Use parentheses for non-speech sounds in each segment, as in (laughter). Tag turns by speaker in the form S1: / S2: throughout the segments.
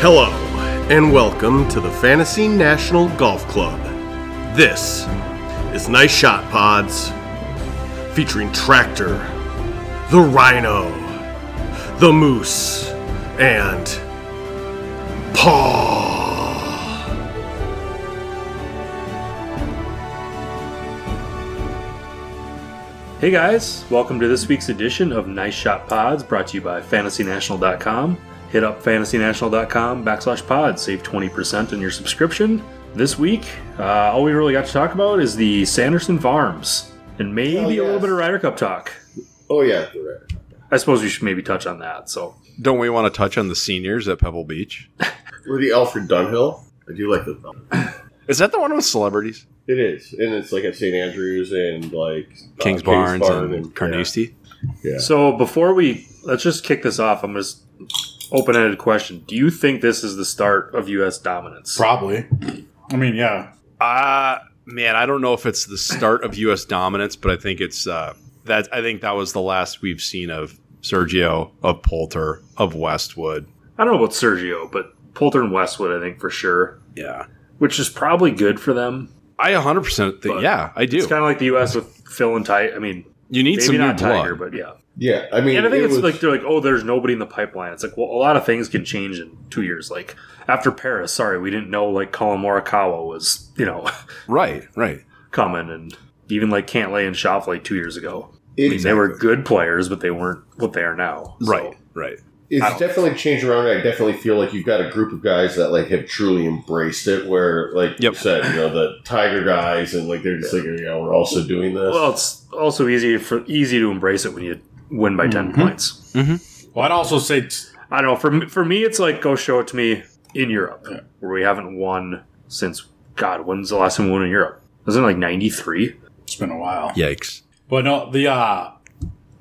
S1: Hello, and welcome to the Fantasy National Golf Club. This is Nice Shot Pods, featuring Tractor, the Rhino, the Moose, and Paw.
S2: Hey guys, welcome to this week's edition of Nice Shot Pods brought to you by FantasyNational.com. Hit up FantasyNational.com backslash pods, save 20% on your subscription. This week, uh, all we really got to talk about is the Sanderson Farms and maybe
S3: Hell
S2: a little
S3: yes.
S2: bit of Ryder Cup talk.
S3: Oh yeah, the red.
S2: I suppose we should maybe touch on that. So,
S4: Don't we want to touch on the seniors at Pebble Beach?
S3: Or the Alfred Dunhill. I do like the film.
S4: Is that the one with celebrities?
S3: It is, and it's like at St. Andrews and like uh,
S4: Kings Barnes
S3: Barn
S4: and, Carnoustie?
S3: Yeah.
S2: so before we let's just kick this off, I'm just open-ended question. Do you think this is the start of U.S. dominance?
S5: Probably. I mean, yeah.
S4: Uh man, I don't know if it's the start of US dominance, but I think it's uh that I think that was the last we've seen of Sergio, of Poulter, of Westwood.
S2: I don't know about Sergio, but Poulter and Westwood, I think for sure,
S4: Yeah.
S2: which is probably good for them.
S4: I 100% think
S2: But
S4: yeah, I do.
S2: It's kind of like the U.S. with Phil and Tiger. I mean,
S4: you need
S2: maybe
S4: some new
S2: not
S4: blood.
S2: Tiger, but yeah.
S3: Yeah, I mean,
S2: And I think
S3: it
S2: it's
S3: was-
S2: like they're like, oh, there's nobody in the pipeline. It's like, well, a lot of things can change in two years. Like after Paris, sorry, we didn't know like Colin Morikawa was you know (laughs)
S4: right, right.
S2: coming, and even like Cantlay and Shoffley two years ago. I
S3: it-
S2: mean, they were good players, but they weren't what they are now. So,
S4: Right, right.
S2: I don't-
S3: it's definitely changed around. and I definitely feel like you've got a group of guys that like have truly embraced it. Where like
S4: Yep.
S3: you said, you know, the Tiger guys, and like they're just like, you know, we're also doing this.
S2: Well, it's also easy for easy to embrace it when you win by 10
S3: Mm-hmm.
S5: Mhm.
S2: points.
S5: Well, I'd also say t-
S2: I don't know. For me- for me, it's like go show it to me in Europe, where we haven't won since God. When's the last time we won in Europe? Wasn't it like '93?
S5: it's been a while.
S4: Yikes.
S5: But no, the uh,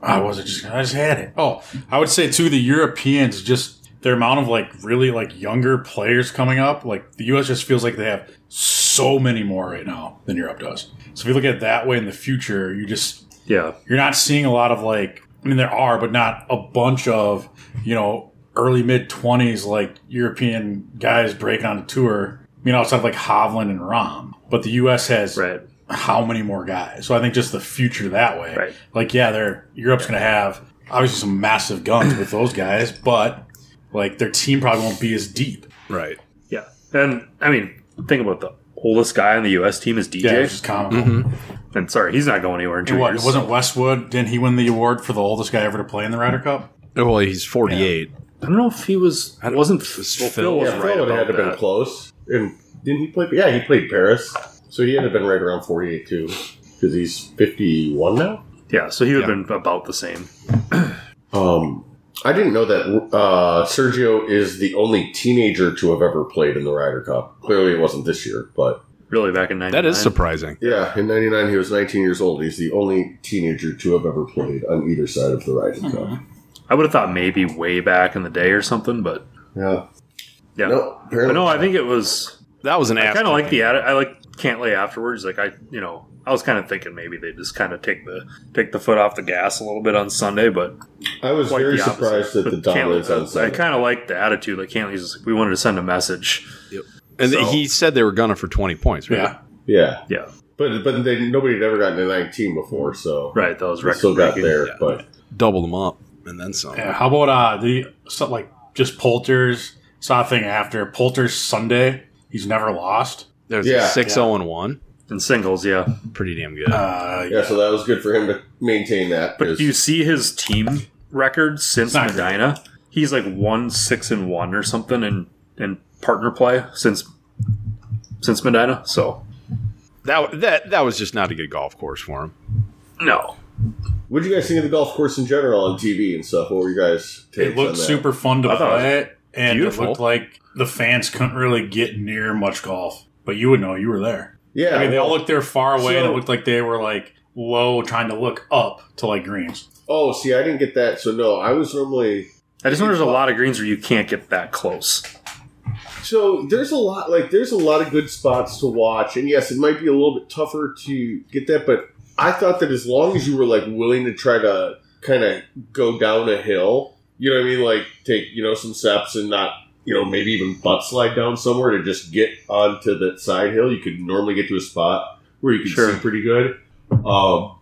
S5: I wasn't just I just had it. Oh, I would say too the Europeans just their amount of like really like younger players coming up. Like the U.S. just feels like they have so many more right now than Europe does. So if you look at it that way in the future, you just
S2: Yeah,
S5: you're not seeing a lot of like I mean there are, but not a bunch of you know early mid twenties like European guys breaking on a tour. I mean outside of like Hovland and Rom, but the U.S. has
S2: right.
S5: how many more guys. So I think just the future that way.
S2: Right.
S5: Like, yeah, they're Europe's going to have obviously some massive guns with those guys, but like their team probably won't be as deep.
S4: Right.
S2: Yeah, and I mean, think about the oldest guy on the U.S. team is
S5: Yeah,
S2: DJ.
S5: which is comical.
S2: Mm-hmm. and sorry, he's not going anywhere in two
S5: And what,
S2: years.
S5: it wasn't Westwood. Didn't he win the award for the oldest guy ever to play in the Ryder Cup?
S4: Oh, Well, he's 48.
S2: I don't know if he was.
S4: I don't-
S2: wasn't
S4: it was
S2: well, Phil
S4: Phil.
S2: was
S3: yeah,
S2: right
S3: Phil had
S2: about
S3: to been
S2: that.
S3: close. And didn't he play? Yeah, he played Paris, so he had to been right around forty-eight too, because he's fifty-one now.
S2: Yeah, so he would have been about the same.
S3: Um, I didn't know that uh, Sergio is the only teenager to have ever played in the Ryder Cup. Clearly, it wasn't this year, but
S2: Really, back in '99.
S4: That is surprising.
S3: yeah, in '99 he was 19 years old. He's the only teenager to have ever played on either side of the Ryder Cup.
S2: I would have thought maybe way back in the day or something, but
S3: Yeah,
S2: yeah.
S3: no, apparently,
S2: But no, I think it was
S4: That was an
S2: I kind of like
S4: afterthought.
S2: the atti- I like Cantlay afterwards. Like I, you know, I was kind of thinking maybe they just kind of take the take the foot off the gas a little bit on Sunday, but
S3: I was
S2: quite
S3: very
S2: the opposite. (laughs)
S3: surprised at the
S2: But Cantlay-
S3: dominance on
S2: I
S3: Sunday.
S2: kind of like the attitude. Like Cantley's just like we wanted to send a message.
S4: And
S2: So-
S4: he said they were gunning for 20 points, right?
S5: Yeah.
S3: Yeah,
S2: Yeah,
S3: but but they, nobody had ever gotten to 19 before, so
S2: right. That was
S3: we
S2: record.
S3: still got there.
S4: yeah.
S3: But
S4: Double them up and then some.
S5: Yeah, How about uh, the stuff like just Poulter's? Saw a thing after Poulter's Sunday. He's never lost.
S4: There's
S3: Yeah.
S4: a 6 0 and 1.
S2: in singles. Yeah,
S4: Pretty damn good.
S5: Uh,
S3: yeah, so that was good for him to maintain that.
S2: but
S3: 'cause-
S2: you see his team record since
S5: It's not
S2: Medina. He's like one six and one or something in in partner play since since Medina. So
S4: that that that was just not a good golf course for him.
S2: no,
S3: What did you guys think of the golf course in general on TV and stuff? What were you guys? takes
S5: It
S3: on
S5: looked
S3: that?
S5: super fun to
S2: I thought it was
S5: play, and
S4: beautiful.
S5: it looked like the fans couldn't really get near much golf. But you would know you were there.
S3: Yeah,
S5: I mean, they all
S3: well-
S5: looked there far away, and
S3: So-
S5: it looked like they were like low, trying to look up to like greens.
S3: Oh, see, I didn't get that. So no, I was normally.
S2: I just know there's a lot of greens where you can't get that close.
S3: So there's a lot, like there's a lot of good spots to watch, and yes, it might be a little bit tougher to get that, but I thought that as long as you were like willing to try to kind of go down a hill, you know what I mean, like take you know some steps and not you know, maybe even butt slide down somewhere to just get onto that side hill. You could normally get to a spot where you could
S2: Sure.
S3: see pretty good. Um,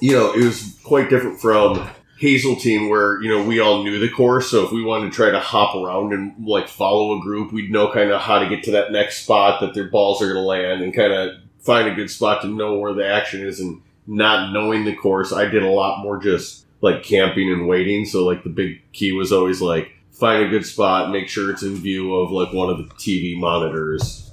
S3: you know, it was quite different from Hazeltine, where you know we all knew the course. So if we wanted to try to hop around and like follow a group, we'd know kind of how to get to that next spot that their balls are going to land, and kind of find a good spot to know where the action is. And not knowing the course, I did a lot more just like camping and waiting. So like the big key was always like find a good spot, make sure it's in view of like one of the TV monitors,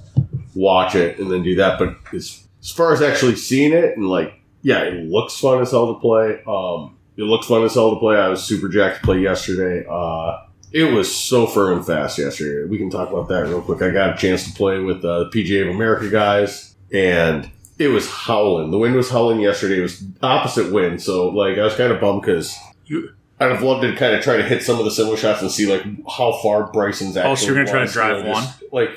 S3: watch it, and then do that. But as as far as actually seeing it and like yeah, it looks fun as hell to play. Um, it looks fun as hell to play. I was super jacked to play yesterday. Uh, it was so firm and fast yesterday. We can talk about that real quick. I got a chance to play with uh, the PGA of America guys, and it was howling. The wind was howling yesterday. It was opposite wind, so like I was kind of bummed because I'd have loved to kind of try to hit some of the similar shots and see like how far Bryson's actually.
S5: Oh, so you're gonna try to
S3: was.
S5: drive
S3: You know, just, Like,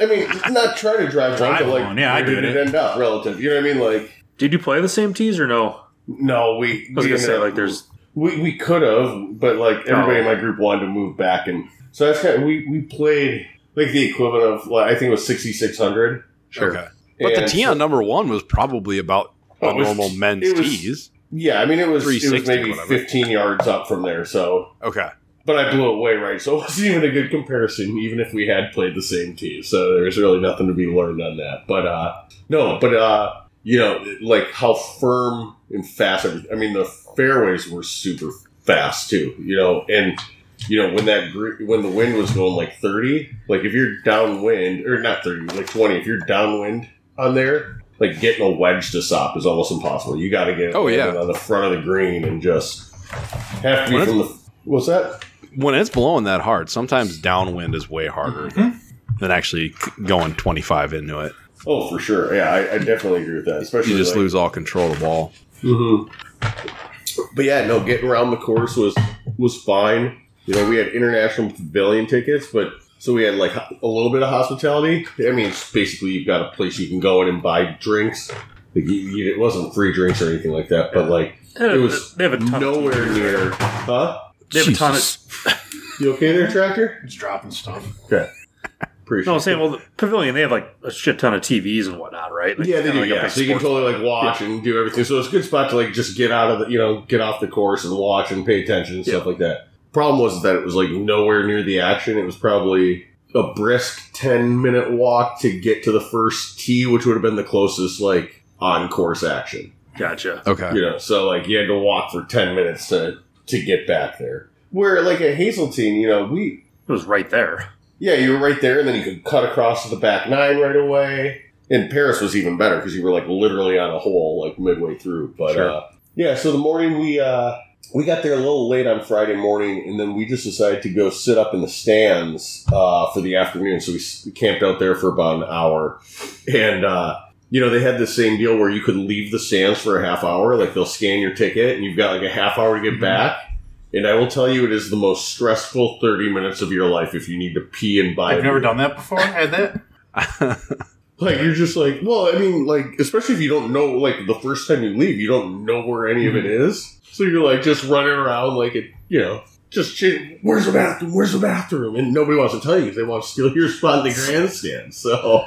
S3: I mean, not try to drive,
S5: Drive
S3: one, but like
S5: one. Yeah, I
S3: where
S5: get
S3: did it
S5: it.
S3: end up relative? You know what I mean? Like.
S2: Did you play the same tees or no?
S3: No,
S2: I was
S3: we. we
S2: gonna
S3: ended
S2: say
S3: up-
S2: like there's
S3: we we could have, but like everybody in my group wanted to move back, and so that's kind of, we we played like the equivalent of like, I think it was sixty six hundred.
S4: Sure. But the
S3: And
S4: tee on number one was probably about
S3: Oh,
S4: a
S3: it was-
S4: normal men's
S3: it was-
S4: tees.
S3: yeah, I mean it was it
S4: 360,
S3: was maybe
S4: whatever.
S3: fifteen yards up from there, so
S4: Okay.
S3: but I blew it away right, so it wasn't even a good comparison, even if we had played the same team. So there was really nothing to be learned on that. But uh no, but uh you know, like how firm and fast. everyth- I mean, the fairways were super fast too. You know, and you know when that gr- when the wind was going like thirty, like if you're downwind or not thirty, like twenty, if you're downwind on there, like getting a wedge to stop is almost impossible. You got to get it
S4: Oh, yeah.
S3: landed on the front of the green and just have to be
S4: When
S3: from the. What's that?
S4: When it's blowing that hard, sometimes downwind is way harder than actually going 25 into it.
S3: Oh, for sure. Yeah, I, I definitely agree with that. Especially
S4: You just
S3: like- Mm-hmm.
S4: lose all control of the ball.
S3: But yeah, no, getting around the course was was fine. You know, we had international pavilion tickets, but so we had like ho- a little bit of hospitality. I mean, it's basically you've got a place you can go in and buy drinks. Like, you, you, it wasn't free drinks or anything like that, but like it was
S2: they have a ton
S3: nowhere near. Huh?
S2: They have a ton of
S3: You okay there, tractor?
S5: It's dropping stuff.
S3: Pretty
S2: No, I'm saying, well, the pavilion, they have like a shit ton of TVs and whatnot, right? Like,
S3: yeah, they
S2: kinda like
S3: do.
S2: a
S3: yeah,
S2: big
S3: so you can
S2: sports-
S3: totally like watch and do everything. So it's a good spot to like just get out of the, you know, get off the course and watch and pay attention and stuff like that. Problem was that it was like nowhere near the action. It was probably a brisk ten minute walk to get to the first tee, which would have been the closest like on course action.
S2: Gotcha.
S4: Okay.
S3: You know, so like you had to walk for ten minutes to to get back there. Where like at Hazeltine, you know, we
S2: It was right there.
S3: yeah, you were right there, and then you could cut across to the back nine right away. And Paris was even better because you were like literally on a hole like midway through. But
S2: Sure.
S3: uh, yeah, so the morning we uh, we got there a little late on Friday morning, and then we just decided to go sit up in the stands uh, for the afternoon. So we, s- we camped out there for about an hour, and uh, you know they had the same deal where you could leave the stands for a half hour. Like they'll scan your ticket, and you've got like a half hour to get back. And I will tell you, it is the most stressful 30 minutes of your life if you need to pee and buy. a
S5: I've never
S3: beer.
S5: done that before. Had that.
S3: Like, you're just like, well, I mean, like, especially if you don't know, like, the first time you leave, you don't know where any of it
S5: Mm-hmm.
S3: is. So you're like just running around, like, it, you know, just, shit, where's the bathroom? Where's the bathroom? And nobody wants to tell you because they want to steal your spot in
S5: (laughs)
S3: the grandstand. So,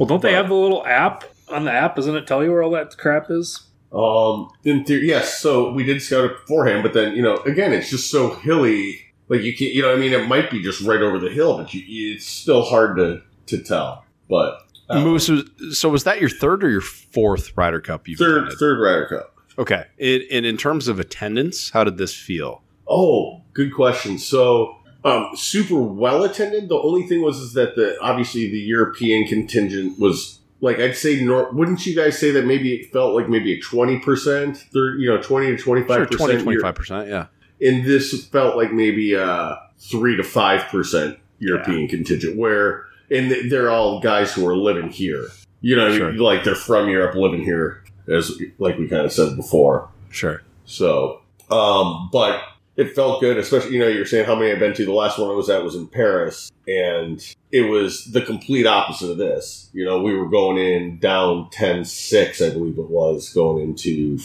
S2: Well, don't they
S3: But-
S2: have the little app on the app? Doesn't it tell you where all that crap is?
S3: Um, in theory, yes. So we did scout it beforehand, but then you know, again, it's just so hilly. Like you can't, you know, what I mean, it might be just right over the hill, but you, it's still hard to to tell. But Oh.
S4: (laughs) Moose, was, so was that your third or your fourth Ryder Cup you've
S3: third
S4: attended?
S3: third Ryder Cup.
S4: Okay. It, and in terms of attendance, how did this feel?
S3: Oh, good question. So. Um, super well attended. The only thing was is that the obviously the European contingent was like I'd say. Nor- wouldn't you guys say that maybe it felt like maybe a twenty percent, you know, twenty to twenty
S4: Sure,
S3: five
S4: 20,
S3: percent
S4: 25%. Yeah.
S3: and this felt like maybe uh three to five percent European contingent, where and th- they're all guys who are living here. You know,
S4: Sure.
S3: like they're from Europe, living here, as like we kind of said before.
S4: Sure. (laughs)
S3: So, um, but it felt good, especially you know you're saying how many I've been to. The last one I was at was in Paris, and it was the complete opposite of this. You know, we were going in down 10-6, I believe it was, going into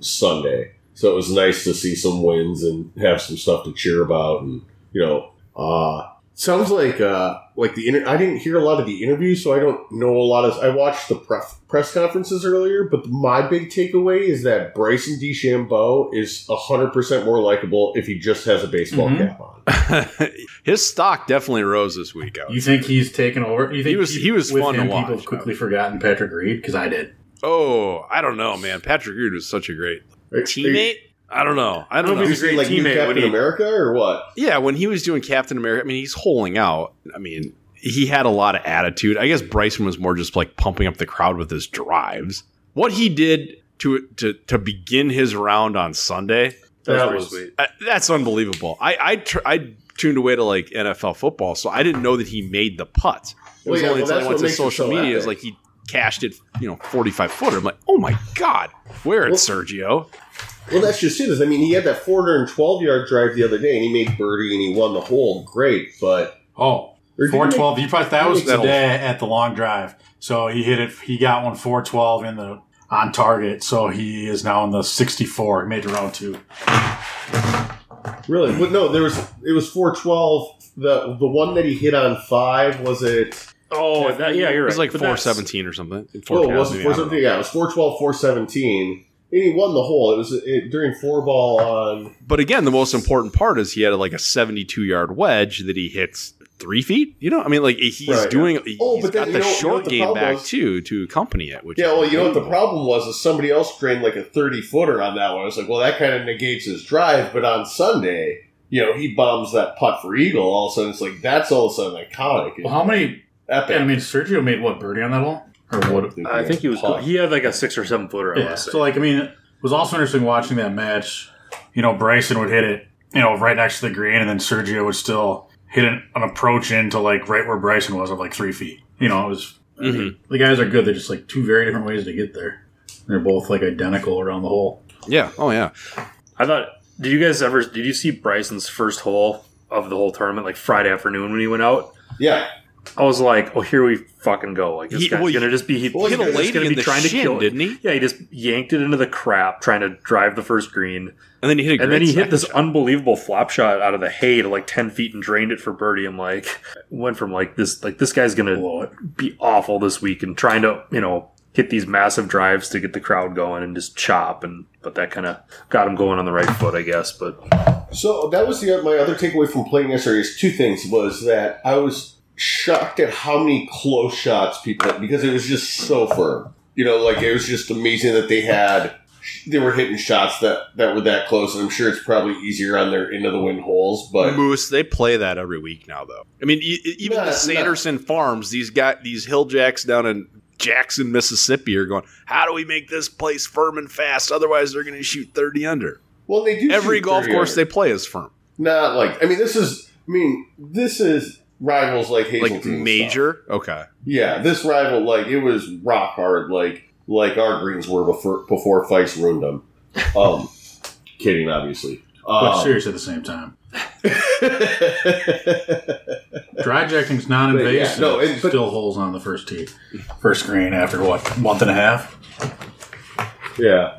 S3: Sunday. So it was nice to see some wins and have some stuff to cheer about, and you know, uh, sounds like uh like the inter- I didn't hear a lot of the interviews, so I don't know a lot of. I watched the pref- press conferences earlier, but my big takeaway is that Bryson DeChambeau is hundred percent more likable if he just has a baseball
S2: Mm-hmm.
S5: Mhm.
S3: cap on.
S4: His stock definitely rose this week. I would
S6: You think he's taken over? You think
S4: He was- he was
S6: with
S4: fun to
S6: him,
S4: watch.
S6: People have quickly forgotten Patrick Reed because I did.
S4: Oh, I don't know, man. Patrick Reed was such a great
S3: Right?
S4: teammate. I don't know. I
S3: Are
S4: don't
S3: you-
S4: know.
S3: Is he
S2: great
S3: like new
S2: teammate,
S3: Captain
S2: wouldn't he?
S3: America or what?
S4: Yeah, when he was doing Captain America, I mean, he's holing out. I mean, he had a lot of attitude. I guess Bryson was more just like pumping up the crowd with his drives. What he did to to to begin his round on Sunday,
S2: That
S3: That
S2: was
S3: was-
S2: pretty sweet.
S4: uh, that's unbelievable. I I, tr- I tuned away to like NFL football, so I didn't know that he made the putt. It
S3: Well,
S4: was
S3: yeah, well,
S4: only until
S3: that's
S4: I
S3: what
S4: went to
S3: makes it
S4: social
S3: so
S4: media is
S3: epic.
S4: like he cashed it, you know, forty five footer. I'm like, oh my god, where it,
S3: Well-
S4: Sergio?
S3: Well, that's just it. Is I mean, he had that 412 yard drive the other day, and he made birdie, and he won the hole. Great, but
S5: Oh,
S3: or did he make-
S5: 412. He probably that was
S4: That'll-
S5: today at the long drive. So he hit it. He got one 412 in the on target. So he is now in the 64. He made it round two.
S3: Really? But no, there was it was four twelve. The the one that he hit on five was it?
S2: Oh, that, yeah, you're
S4: It
S2: right.
S4: was like
S2: But
S4: four
S2: that's-
S4: seventeen or something.
S3: Well,
S4: 4K,
S3: Oh, it wasn't
S4: maybe, I
S3: four
S4: don't know.
S3: seventeen. Yeah, it was four twelve, four seventeen, and he won the hole. It was it, during four ball on.
S4: But again, the most important part is he had like a 72 yard wedge that he hits three feet. You know, I mean, like he's
S3: Right.
S4: doing.
S3: Oh,
S4: he's
S3: but then
S4: got
S3: you
S4: the
S3: know- you know
S4: short
S3: what the
S4: game
S3: problem
S4: back
S3: was?
S4: too to accompany it. Which
S3: Yeah,
S4: is
S3: well, you know what the
S4: unbelievable.
S3: problem was is somebody else drained like a thirty footer on that one. I was like, well, that kind of negates his drive. But on Sunday, you know, he bombs that putt for eagle. All of a sudden, it's like that's all of a sudden iconic. and
S6: Well,
S2: Uh-huh.
S6: how many?
S3: epic.
S6: I mean, Sergio made what birdie on that hole, or what?
S2: I think he was.
S3: Putt.
S2: He had like a six or seven footer. I
S6: Yeah.
S2: want to say.
S5: So like, I mean, it was also interesting watching that match. You know, Bryson would hit it, you know, right next to the green, and then Sergio would still hit an, an approach into like right where Bryson was of like three feet. You know, it was
S4: Mhm.
S6: The guys are good. They're just like two very different ways to get there. They're both like identical around the hole.
S4: Yeah. Oh, yeah.
S2: I thought. Did you guys ever? Did you see Bryson's first hole of the whole tournament, like Friday afternoon when he went out?
S3: yeah,
S2: I was like, oh, here we fucking go. Like this
S4: He-
S2: guy's
S4: well,
S2: gonna just be. He,
S4: Well, he
S2: he's
S4: hit a
S2: just
S4: lady
S2: gonna
S4: in
S2: be
S4: the
S2: trying
S4: shin,
S2: to kill.
S4: didn't he?
S2: Yeah, he just yanked it into the crap, trying to drive the first green,
S4: And then he hit a
S2: and
S4: great
S2: then he hit
S4: second
S2: this
S4: shot.
S2: unbelievable flop shot out of the hay to like ten feet and drained it for birdie. I'm like, went from like this, like this guy's gonna
S6: Blow it.
S2: be awful this week and trying to you know hit these massive drives to get the crowd going and just chop and but that kind of got him going on the right foot i guess but
S3: So that was the, my other takeaway from playing yesterday. Is two things was that I was shocked at how many close shots people had because it was just so firm. You know, like it was just amazing that they had they were hitting shots that that were that close. And I'm sure it's probably easier on their end of the wind holes, but
S4: Moose, they play that every week now, though. I mean, e- e- even
S3: No,
S4: the
S3: no.
S4: Sanderson Farms, these got these hill jacks down in Jackson, Mississippi, are going. How do we make this place firm and fast? Otherwise, they're going to shoot thirty under.
S3: well, they do
S4: Every
S3: shoot
S4: golf
S3: pretty
S4: course
S3: hard.
S4: they play is firm,
S3: not like I mean this is I mean this is rivals like Hazeltine
S4: like
S3: and stuff.
S4: major. Okay,
S3: Yeah, this rival, like it was rock hard, like like our greens were before before Feist ruined them. Um, (laughs) kidding, obviously.
S5: but
S3: Um,
S5: serious at the same time.
S3: (laughs)
S5: (laughs) Dry jacting's
S3: But, yeah,
S5: non-invasive.
S3: no, it- but-
S5: still holes on the first tee, first green after what month and a half.
S3: yeah.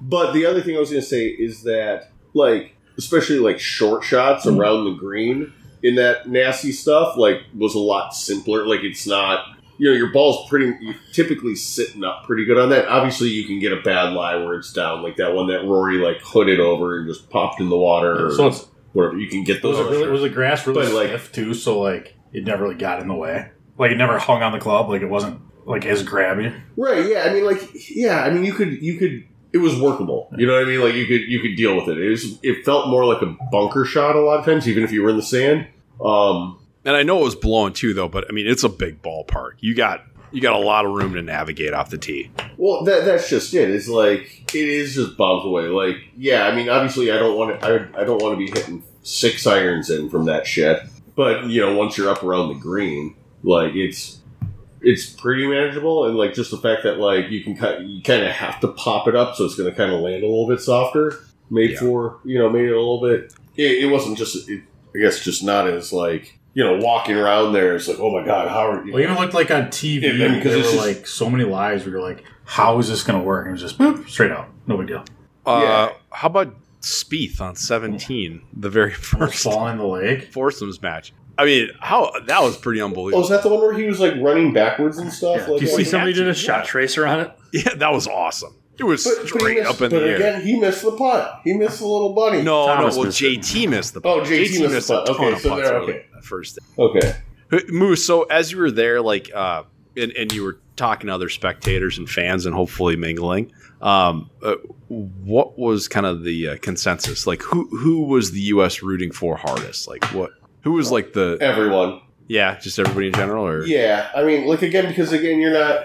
S3: But the other thing I was going to say is that, like, especially like short shots
S5: Mm-hmm.
S3: around the green in that nasty stuff, like, was a lot simpler. Like, it's not. You know, your ball's pretty you're typically sitting up pretty good on that. Obviously, you can get a bad lie where it's down, like that one that Rory like hooded over and just popped in the water. or-
S5: So it's,
S3: whatever. You can get
S5: was
S3: those.
S5: it really was the grass really
S3: But, like-
S5: stiff too? So like it never really got in the way. Like it never hung on the club. Like it wasn't like as grabby.
S3: right? Yeah. I mean, like, yeah. I mean, you could, you could. It was workable. You know what I mean? Like, you could, you could deal with it. It was. It felt more like a bunker shot a lot of times, even if you were in the sand. Um,
S4: And I know it was blowing too, though. But I mean, it's a big ballpark. You got you got a lot of room to navigate off the tee.
S3: well, that that's just it. It's like it is just bombs away. Like, yeah. I mean, obviously, I don't want to. I, I don't want to be hitting six irons in from that shit. But you know, once you're up around the green, like it's. It's pretty manageable, and like just the fact that like you can cut, you kind of have to pop it up, so it's going to kind of land a little bit softer. made
S4: Yeah.
S3: for you know made it a little bit it, it wasn't just it, i guess just not as like you know walking around there it's like oh my god how are you
S5: Well, even looked like on TV
S3: Yeah, I mean, 'cause
S5: there were
S3: it's just-
S5: like so many lives. We were like, "How is this going to work?" And it was just boop, straight out, no big deal.
S4: Uh, How about Spieth on seventeen, the very (laughs)
S5: First
S4: first
S5: fall in the lake.
S4: foursomes match? I mean, how that was pretty
S3: Oh, is
S4: unbelievable.
S3: that the one where he was like running backwards and stuff?
S2: Do
S3: like,
S2: you
S3: like-
S2: see somebody did a shot
S4: Yeah.
S2: tracer on it?
S4: Yeah, that was awesome. It was
S3: Oh. But, but he
S4: straight
S3: missed,
S4: up in
S3: but
S4: the air.
S3: again, he missed the putt. He missed the little bunny.
S4: no,
S2: Thomas
S4: no, well,
S2: missed it.
S4: JT missed the
S3: Oh,
S4: putt.
S3: JT missed the putt. Okay, so there-
S4: early
S3: okay.
S4: in that first
S3: Okay.
S4: Moose, so as you were there, like, uh, and, and you were talking to other spectators and fans and hopefully mingling, um, uh, what was kind of the uh, consensus? Like, who who was the U.S. rooting for hardest? Like, what? Who was like the
S3: Everyone.
S4: yeah, just everybody in general, or
S3: Yeah. I mean, like, again, because, again, you're not.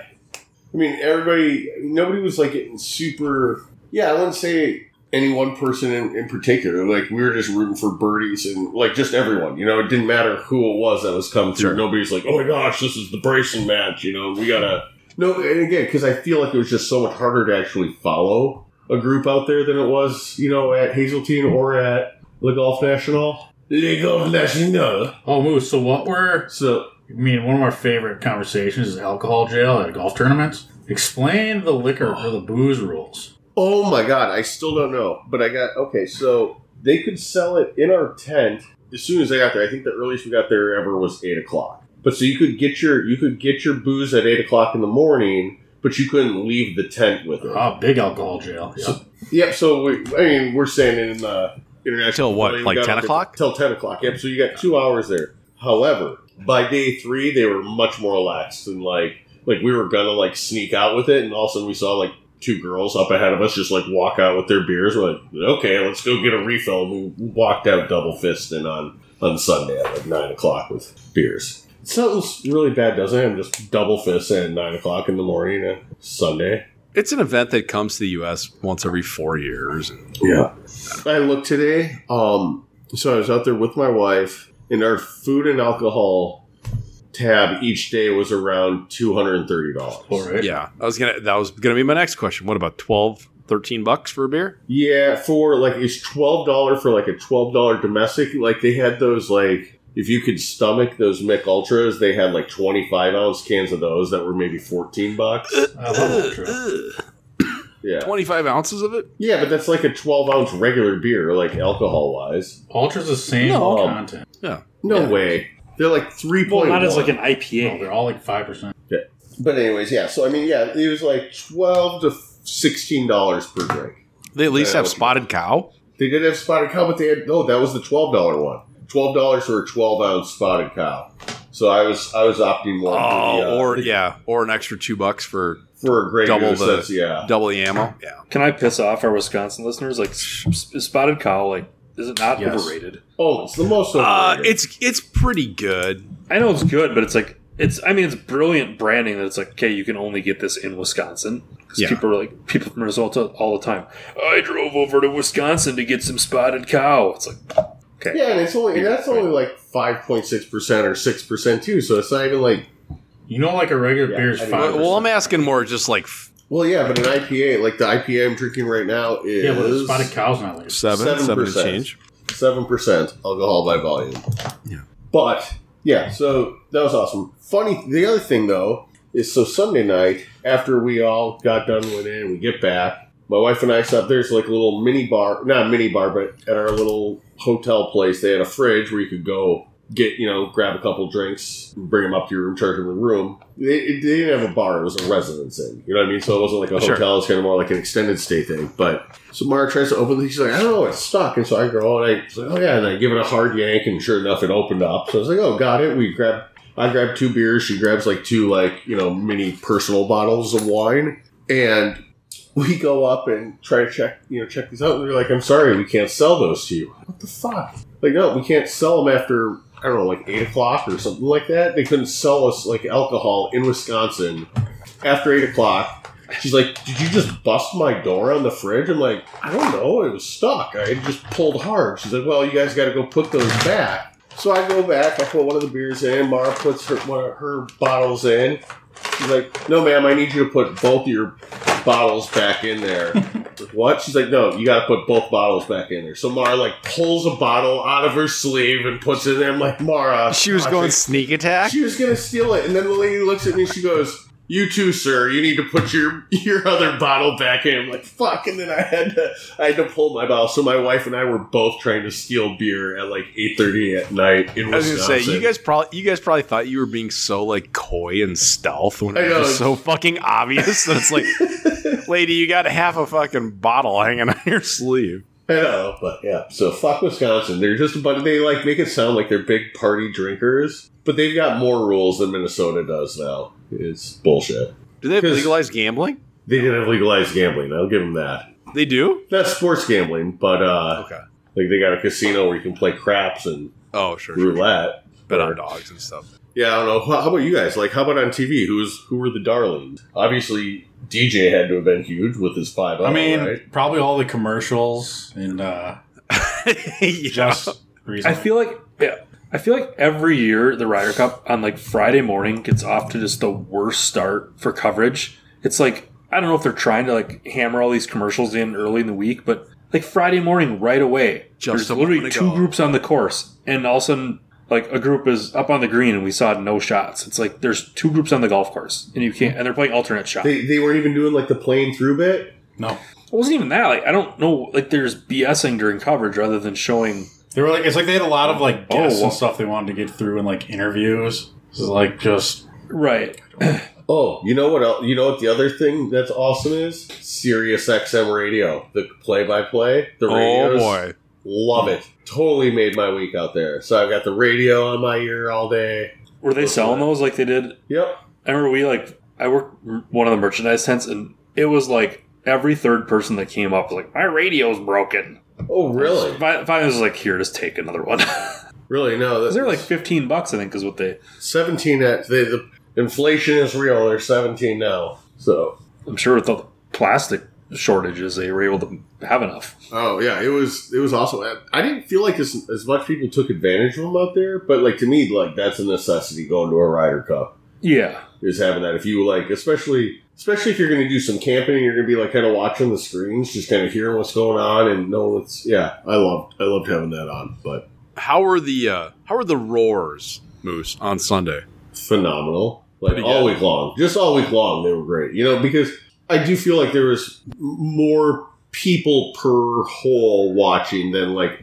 S3: I mean, everybody. Nobody was, like, getting super. Yeah, I wouldn't say any one person in, in particular. Like, we were just rooting for birdies and, like, just everyone. You know, it didn't matter who it was that was coming through.
S4: Sure.
S3: Nobody's like, oh my gosh, this is the Bryson match. You know, we got to. No, and again, because I feel like it was just so much harder to actually follow a group out there than it was, you know, at Hazeltine or at Le Golf National. Le Golf National.
S6: Oh, Moose, so what were.
S3: So,
S6: I mean, one of our favorite conversations is alcohol jail at golf tournaments. Explain the liquor or the booze rules.
S3: Oh my god, I still don't know. But I got okay, so they could sell it in our tent as soon as I got there. I think the earliest we got there ever was eight o'clock. But so you could get your you could get your booze at eight o'clock in the morning, but you couldn't leave the tent with it.
S6: Oh, big alcohol jail. Yeah.
S3: Yep. So we, I mean, we're saying in the international
S4: Till what,
S3: plane,
S4: like
S3: we got
S4: 10
S3: up to-
S4: o'clock?
S3: Till ten o'clock. Yep. So you got two hours there. However, by day three, they were much more relaxed and like like we were gonna like sneak out with it, and all of a sudden we saw like two girls up ahead of us just like walk out with their beers. We're like, okay, let's go get a refill. And we walked out double fisting on on Sunday at like nine o'clock with beers. Sounds really bad, doesn't it? I'm just double fisting at nine o'clock in the morning on Sunday.
S4: it's an event that comes to the U.S. once every four years.
S3: Yeah. I looked today. Um, so I was out there with my wife, and our food and alcohol tab each day was around two hundred and thirty dollars.
S6: All right.
S4: Yeah, I was gonna that was gonna be my next question. What about 12, 13 bucks for a beer?
S3: Yeah, for like it's twelve dollar for like a twelve dollar domestic. Like they had those like if you could stomach those Mick Ultras, they had like twenty five ounce cans of those that were maybe fourteen bucks.
S6: I love ultra.
S3: Yeah,
S4: Twenty five ounces of it.
S3: yeah, but that's like a twelve ounce regular beer, like alcohol wise.
S6: Ultra's the same
S3: No.
S6: content.
S3: No
S4: Yeah.
S3: way. They're like three
S2: Well,
S3: point.
S2: not as like an
S6: No, Oh, they're
S2: IPA.
S6: all like 5%.
S3: But anyways, yeah. So I mean, yeah, it was like twelve to sixteen dollars per drink.
S4: They at least
S3: Yeah.
S4: have spotted cow.
S3: They did have spotted cow, but they had no. That was the twelve dollar one. Twelve dollars for a twelve ounce spotted cow. So I was I was opting more for, the,
S4: Oh,
S3: uh,
S4: or yeah, or an extra two bucks for
S3: for a great
S4: double the-
S3: sense, yeah.
S4: double the ammo. Yeah.
S2: Can I piss off our Wisconsin listeners? Like s- s- spotted cow, like is it not
S6: Yes.
S2: overrated?
S3: Oh, it's the most.
S4: Uh,
S3: overrated.
S4: it's it's pretty good.
S2: I know it's good, but it's like it's. I mean, it's brilliant branding that it's like, okay, you can only get this in Wisconsin because
S4: Yeah.
S2: people are like people from Minnesota all the time. I drove over to Wisconsin to get some spotted cow. It's like okay,
S3: yeah, and it's only and that's only like five point six percent or six percent too. So it's not even like
S6: You know, like a regular
S3: Yeah,
S6: beer is
S3: I mean-
S6: 5%.
S4: Well, well, I'm asking more just like f-
S3: well, yeah, but an IPA like the IPA I'm drinking right now is
S6: yeah, but the spotted cow's not like
S4: seven,
S3: Seven
S4: seven and
S3: percent.
S4: change.
S3: seven percent alcohol by volume. Yeah, but yeah, so that was awesome. Funny, the other thing though is so Sunday night after we all got done went in, we get back. My wife and I stopped there's like a little mini bar, not a mini bar, but at our little hotel place, they had a fridge where you could go get you know grab a couple drinks, bring them up to your room, charge them in the room. They, they didn't have a bar; it was a residence inn. You know what I mean? So it wasn't like a
S4: Sure.
S3: hotel; it's kind of more like an extended stay thing. But so Mara tries to open it. She's like, I don't know, it's stuck. And so I go, and I was like, oh yeah, and I give it a hard yank, and sure enough, it opened up. So I was like, oh, got it. We grab, I grab two beers. She grabs like two like you know mini personal bottles of wine, and we go up and try to check you know check these out. And they're like, I'm sorry, we can't sell those to you. What the fuck? Like no, we can't sell them after I don't know like eight o'clock or something like that. They couldn't sell us like alcohol in Wisconsin after eight o'clock. She's like, "Did you just bust my door on the fridge?" I'm like, "I don't know. It was stuck. I had just pulled hard." She's like, "Well, you guys got to go put those back." So I go back. I put one of the beers in. Mara puts her one of her bottles in. She's like, "No, ma'am. I need you to put both of your bottles back in
S4: (laughs)
S3: there." Like, what? She's like, "No, you got to put both bottles back in there." So Mara like pulls a bottle out of her sleeve and puts it in. I'm like, "Mara,
S4: She was
S3: I
S4: going
S3: think-
S4: sneak attack.
S3: she was gonna steal it, and then the lady looks at me. She goes, you too, sir. You need to put your your other bottle back in." I'm like, "Fuck!" And then I had to I had to pull my bottle. So my wife and I were both trying to steal beer at like eight thirty at night in
S4: I was gonna say
S3: Wisconsin.
S4: you guys probably you guys probably thought you were being so like coy and stealth when
S3: I
S4: it
S3: know,
S4: was
S3: it's-
S4: so fucking obvious (laughs) that it's
S3: (laughs)
S4: like, lady, you got half a fucking bottle hanging on your sleeve.
S3: I know, but yeah. So fuck Wisconsin. They're just a bunch. They like make it sound like they're big party drinkers, but they've got more rules than Minnesota does now. It's bullshit.
S4: Do they have
S3: 'Cause-
S4: legalized gambling?
S3: They did have legalized gambling. I'll give them that.
S4: They do.
S3: Not sports gambling, but uh,
S4: Okay.
S3: like they got a casino where you can play craps and
S4: Oh sure. sure, sure.
S3: roulette.
S4: Bet on dogs and stuff. (laughs)
S3: Yeah, I don't know. How how about you guys? Like, how about on TV? Who's who were the darlings? Obviously, DJ had to have been huge with his five.
S5: I mean,
S3: right?
S5: probably all the commercials and uh,
S4: Yeah.
S5: just
S2: (laughs) I
S5: reason.
S2: feel like yeah, I feel like every year the Ryder Cup on like Friday morning gets off to just the worst start for coverage. It's like I don't know if they're trying to like hammer all these commercials in early in the week, but like Friday morning right away,
S4: Just a
S2: there's literally
S4: moment
S2: two
S4: ago.
S2: groups on the course, and all of a sudden like a group is up on the green and we saw no shots. It's like there's two groups on the golf course and you can't and they're playing alternate shots.
S3: they they weren't even doing like the playing through bit.
S5: no,
S2: it wasn't even that. Like I don't know. Like there's BSing during coverage rather than showing
S5: they were like it's like they had a lot of like guests
S2: Oh, well-
S5: and stuff they wanted to get through and like interviews. This is like just
S2: right.
S3: Oh, you know what? Else, you know what? The other thing that's awesome is Sirius XM radio, the play-by-play, the
S4: Oh
S3: radios.
S4: boy.
S3: love it. Totally made my week out there. So I've got the radio on my ear all day.
S2: Were they selling those like they did
S3: Yep.
S2: I remember we like I worked m- one of the merchandise tents, and it was like every third person that came up was like, "My radio's broken."
S3: Oh, really?
S2: Fi- Finally, I was like, "Here, just take another one." (laughs)
S3: Really? No.
S2: They're like fifteen bucks, I think, is what they.
S3: seventeen at they, the inflation is real. They're seventeen now. So
S2: I'm sure with the plastic shortages, they were able to have enough.
S3: Oh yeah, it was it was awesome. I- I didn't feel like as, as much people took advantage of them out there, but like to me, like that's a necessity going to a Ryder Cup
S2: Yeah,
S3: is having that. If you like, especially especially if you're going to do some camping, and you're going to be like kind of watching the screens, just kind of hearing what's going on and know what's yeah. I loved I loved having that on, but
S4: How were the uh, how were the roars moose on Sunday?
S3: phenomenal. Like
S4: Pretty
S3: all
S4: good.
S3: week long, just all week long, they were great. You know, because I do feel like there was m- more people per hole watching than like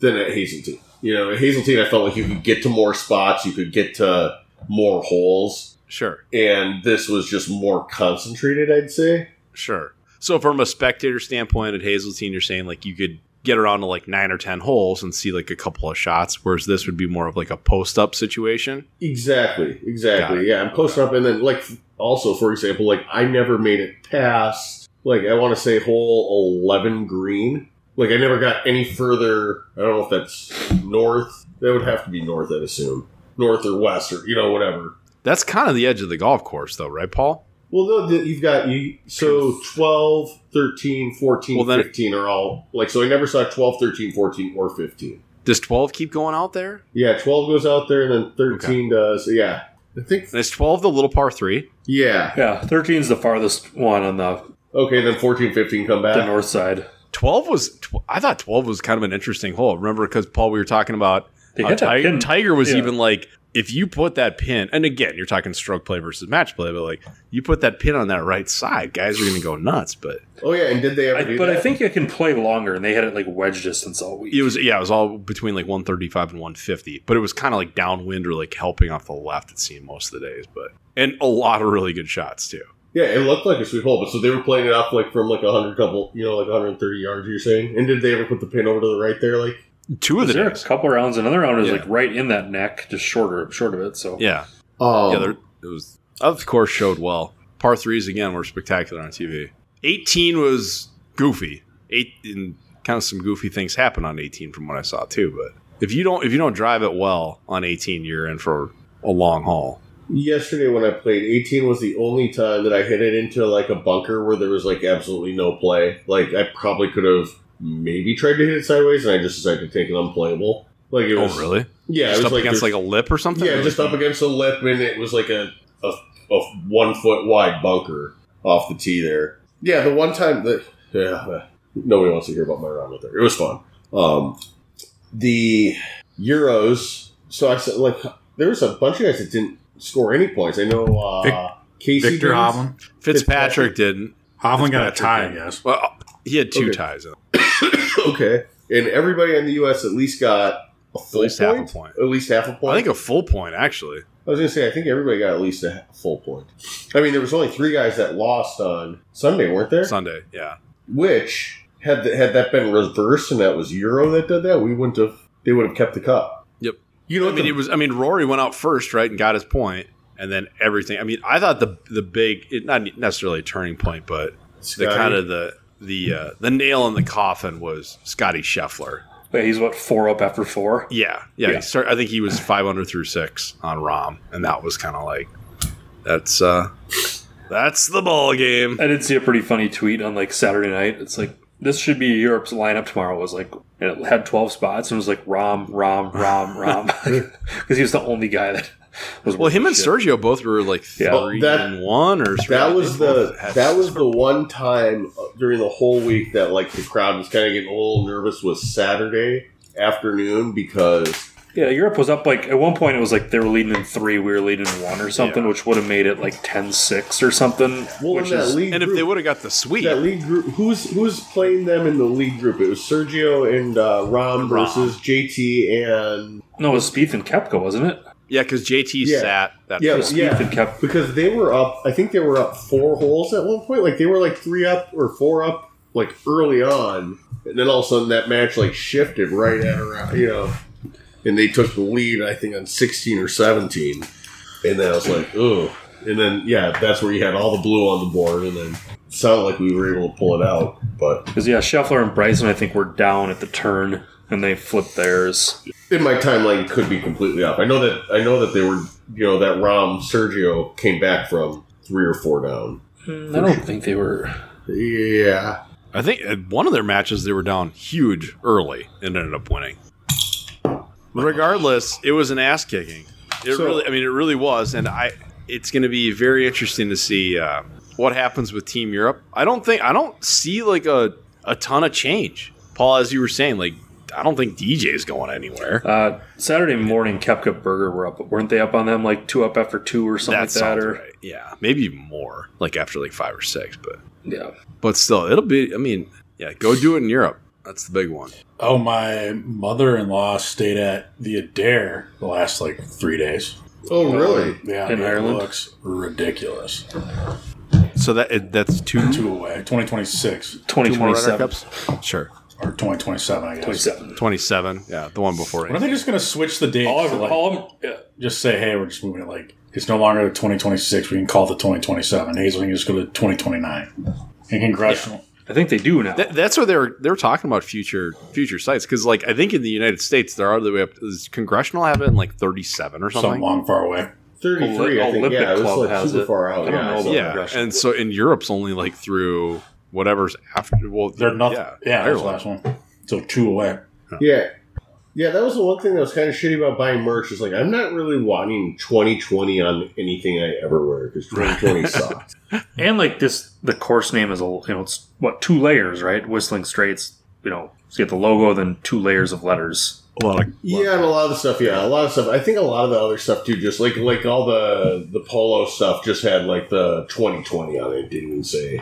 S3: than at Hazeltine. You know, at Hazeltine, I felt like you could get to more spots, you could get to more holes,
S4: Sure,
S3: and this was just more concentrated. I'd say.
S4: sure. So from a spectator standpoint at Hazeltine, you're saying like you could get around to like nine or ten holes and see like a couple of shots, whereas this would be more of like a post up situation.
S3: Exactly,
S4: Got
S3: exactly. Yeah, I'm posting up, and then like also for example, like I never made it past like I want to say hole eleven green. Like I never got any further. I don't know if that's north. That would have to be north, I'd assume, north or west or you know whatever.
S4: That's kind of the edge of the golf course, though, right, Paul?
S3: Well, no, th- you've got you so 12, 13, 14,
S4: Well, then-
S3: 15 are all like so. I never saw 12, 13, 14, or 15.
S4: Does twelve keep going out there?
S3: Yeah, 12 goes out there and then 13 does. Yeah, I think.
S4: And is twelve the little par three?
S3: Yeah.
S2: yeah. Thirteen's the farthest one on the,
S3: Okay, then 14, 15 come back.
S2: the north side.
S4: Twelve was tw- I thought twelve was kind of an interesting hole. Remember because Paul, we were talking about
S2: They
S4: Uh,
S2: hit that
S4: Ti-
S2: pin.
S4: Tiger was
S2: yeah.
S4: even like, if you put that pin, and again, you're talking stroke play versus match play, but like, you put that pin on that right side, guys are going to go nuts. But
S3: Oh yeah, and did they ever
S2: I-
S3: do
S2: but
S3: that?
S2: I think it can play longer, and they had it like wedge distance all week.
S4: it was, yeah, it was all between like 135 and 150, but it was kind of like downwind or like helping off the left, it seemed most of the days. But, and a lot of really good shots too.
S3: yeah, it looked like a sweet hole, but so they were playing it off like from like a hundred couple, you know, like 130 yards. You're saying, and did they ever put the pin over to the right there? Like,
S4: Two of the
S2: Is there a
S4: days.
S2: couple rounds? Another round is
S4: Yeah.
S2: like right in that neck, just shorter, short of it. So
S4: Yeah.
S3: um,
S4: yeah. There, it was, of course, showed well. Par threes again were spectacular on TV. 18 was goofy. Eight and kind of some goofy things happened on 18 from what I saw too. But if you don't if you don't drive it well on 18, you're in for a long haul.
S3: yesterday when I played, 18 was the only time that I hit it into like a bunker where there was like absolutely no play. Like I probably could have maybe tried to hit it sideways, and I just decided to take it unplayable. Like it was,
S4: Oh, really?
S3: yeah,
S4: just
S3: it was
S4: up
S3: like
S4: against
S3: there's-
S4: like a lip or something.
S3: yeah, just up against the lip, and it was like a a, a one foot wide bunker off the tee there. Yeah, the one time that yeah, nobody wants to hear about my round with her. It was fun. Um, the Euros. So I said like there was a bunch of guys that didn't score any points. I know uh,
S5: Vic-
S3: Casey
S5: Victor
S3: did?
S5: Hovland.
S4: Fitzpatrick didn't.
S5: Hovland got a
S4: Fitzpatrick
S5: tie, I
S4: did.
S5: guess.
S4: Well, uh, he had two
S3: Okay.
S4: ties. At
S3: (coughs) okay. And everybody in the U.S. at least got a full
S4: least
S3: point?
S4: half a point.
S3: At least half a point.
S4: I think a full point actually.
S3: I was gonna say, I think everybody got at least a ha- full point. I mean, there was only three guys that lost on Sunday, weren't there?
S4: Sunday, yeah.
S3: Which had th- had that been reversed and that was Euro that did that, we wouldn't have. They would have kept the cup.
S4: Yep.
S3: You know,
S4: I mean, it was. I mean, Rory went out first, right, and got his point, and then everything. I mean, I thought the the big, it, not necessarily a turning point, but the kind of the the uh, the nail in the coffin was Scotty Scheffler.
S2: Yeah, he's what four up after four.
S4: Yeah, yeah. he
S2: Yeah.
S4: start- I think he was five under through six on Rom, and that was kind of like that's uh that's the ball game.
S2: I did see a pretty funny tweet on like Saturday night. It's like this should be Europe's lineup tomorrow. It was like and it had twelve spots and it was like Rom, Rom, Rom,
S3: (laughs)
S2: Rom, (laughs) because he was the only guy that was.
S4: Well, him and
S2: Shit.
S4: Sergio both were like
S2: Yeah.
S3: Well,
S4: three
S3: that-
S4: and one, or
S3: that was
S4: they both
S3: the
S4: had-
S3: that was the one time uh, during the whole week that like the crowd was kind of getting a little nervous was Saturday afternoon because
S2: Yeah, Europe was up like at one point it was like they were leading in three, we were leading in one or something, which would have made it like 10-6 or something.
S3: well
S2: which
S3: in that
S2: is
S3: league
S4: and if
S3: group-
S4: they would have got the sweep,
S3: that league group who's who's playing them in the league group it was sergio and uh rom versus jt and
S2: no, it was Spieth and Kepka, wasn't it?
S4: yeah, because JT
S3: Yeah.
S4: sat that
S3: yeah
S2: Spieth
S3: yeah
S2: and Kep.
S3: because they were up i think they were up four holes at one point like they were like three up or four up like early on and then all of a sudden that match like shifted right at around you know and they took the lead i think on 16 or 17 and then i was like ooh and then yeah that's where you had all the blue on the board and then it sounded like we were able to pull it out but
S2: Because yeah, Scheffler and Bryson I think were down at the turn and they flipped theirs.
S3: in my timeline could be completely off. I know that I know that they were you know that Rom Sergio came back from three or four down.
S2: Mm, I don't think they were
S3: Yeah,
S4: I think at one of their matches they were down huge early and ended up winning. Regardless, it was an ass kicking. It
S3: So-
S4: really, I mean, it really was, and I. It's going to be very interesting to see uh, what happens with Team Europe. I don't think I don't see like a a ton of change, Paul. As you were saying, like I don't think DJ is going anywhere.
S2: uh, Saturday morning. Kepka Berger were up, weren't they up on them like two up after two or something
S4: That
S2: like
S4: sounds
S2: that? Or
S4: right. Yeah, maybe even more. Like after like five or six, but
S2: yeah,
S4: but still, it'll be. I mean, yeah, go do it in Europe. That's the big one.
S5: Oh, my mother in law stayed at the Adair the last like three days.
S3: Oh really?
S5: Yeah,
S2: In
S5: dude,
S2: Ireland?
S5: it looks ridiculous.
S4: So that it, that's two
S5: Two away, twenty twenty six
S2: twenty twenty seven.
S4: Sure.
S5: or twenty twenty seven. I guess.
S2: 27.
S4: 27. Yeah, the one before
S5: When are
S4: it.
S5: they just going to switch the date?
S2: All,
S5: to,
S2: of-
S5: like,
S2: all of- yeah.
S5: just say, hey, we're just moving it. Like it's no longer the twenty twenty six. We can call it the twenty twenty seven. Hazel, we can just go to twenty twenty nine. And congressional.
S2: I think they do now.
S4: Th- that's what they were they were talking about future future sites because like I think in the United States there are the way up is congressional have it in like 37 or
S5: Something
S4: something.
S5: long, far away.
S3: Thirty three. I think
S2: Olympic
S3: yeah, it
S2: Club
S3: was like
S2: has
S3: super
S2: it.
S3: far out.
S2: I don't
S3: yeah,
S2: know
S3: I
S2: about
S3: saw
S4: yeah,
S2: Congressional.
S4: and so in Europe's only like through whatever's after. Well,
S5: They're nothing. Yeah,
S4: Yeah,
S5: there's the
S4: Ireland.
S5: last one. So two away.
S3: that. yeah. Yeah, that was the one thing that was kind of shitty about buying merch. Is like I'm not really wanting 2020 on anything I ever wear because 2020 sucks.
S2: And like this, the course name is a you know it's what two layers, right? Whistling Straits. You know, so you get the logo, then two layers of letters.
S4: A lot of-
S3: Yeah, and a lot of the stuff. Yeah, a lot of stuff. I think a lot of the other stuff too. Just like like all the the polo stuff, just had like the 2020 on it. Didn't even say.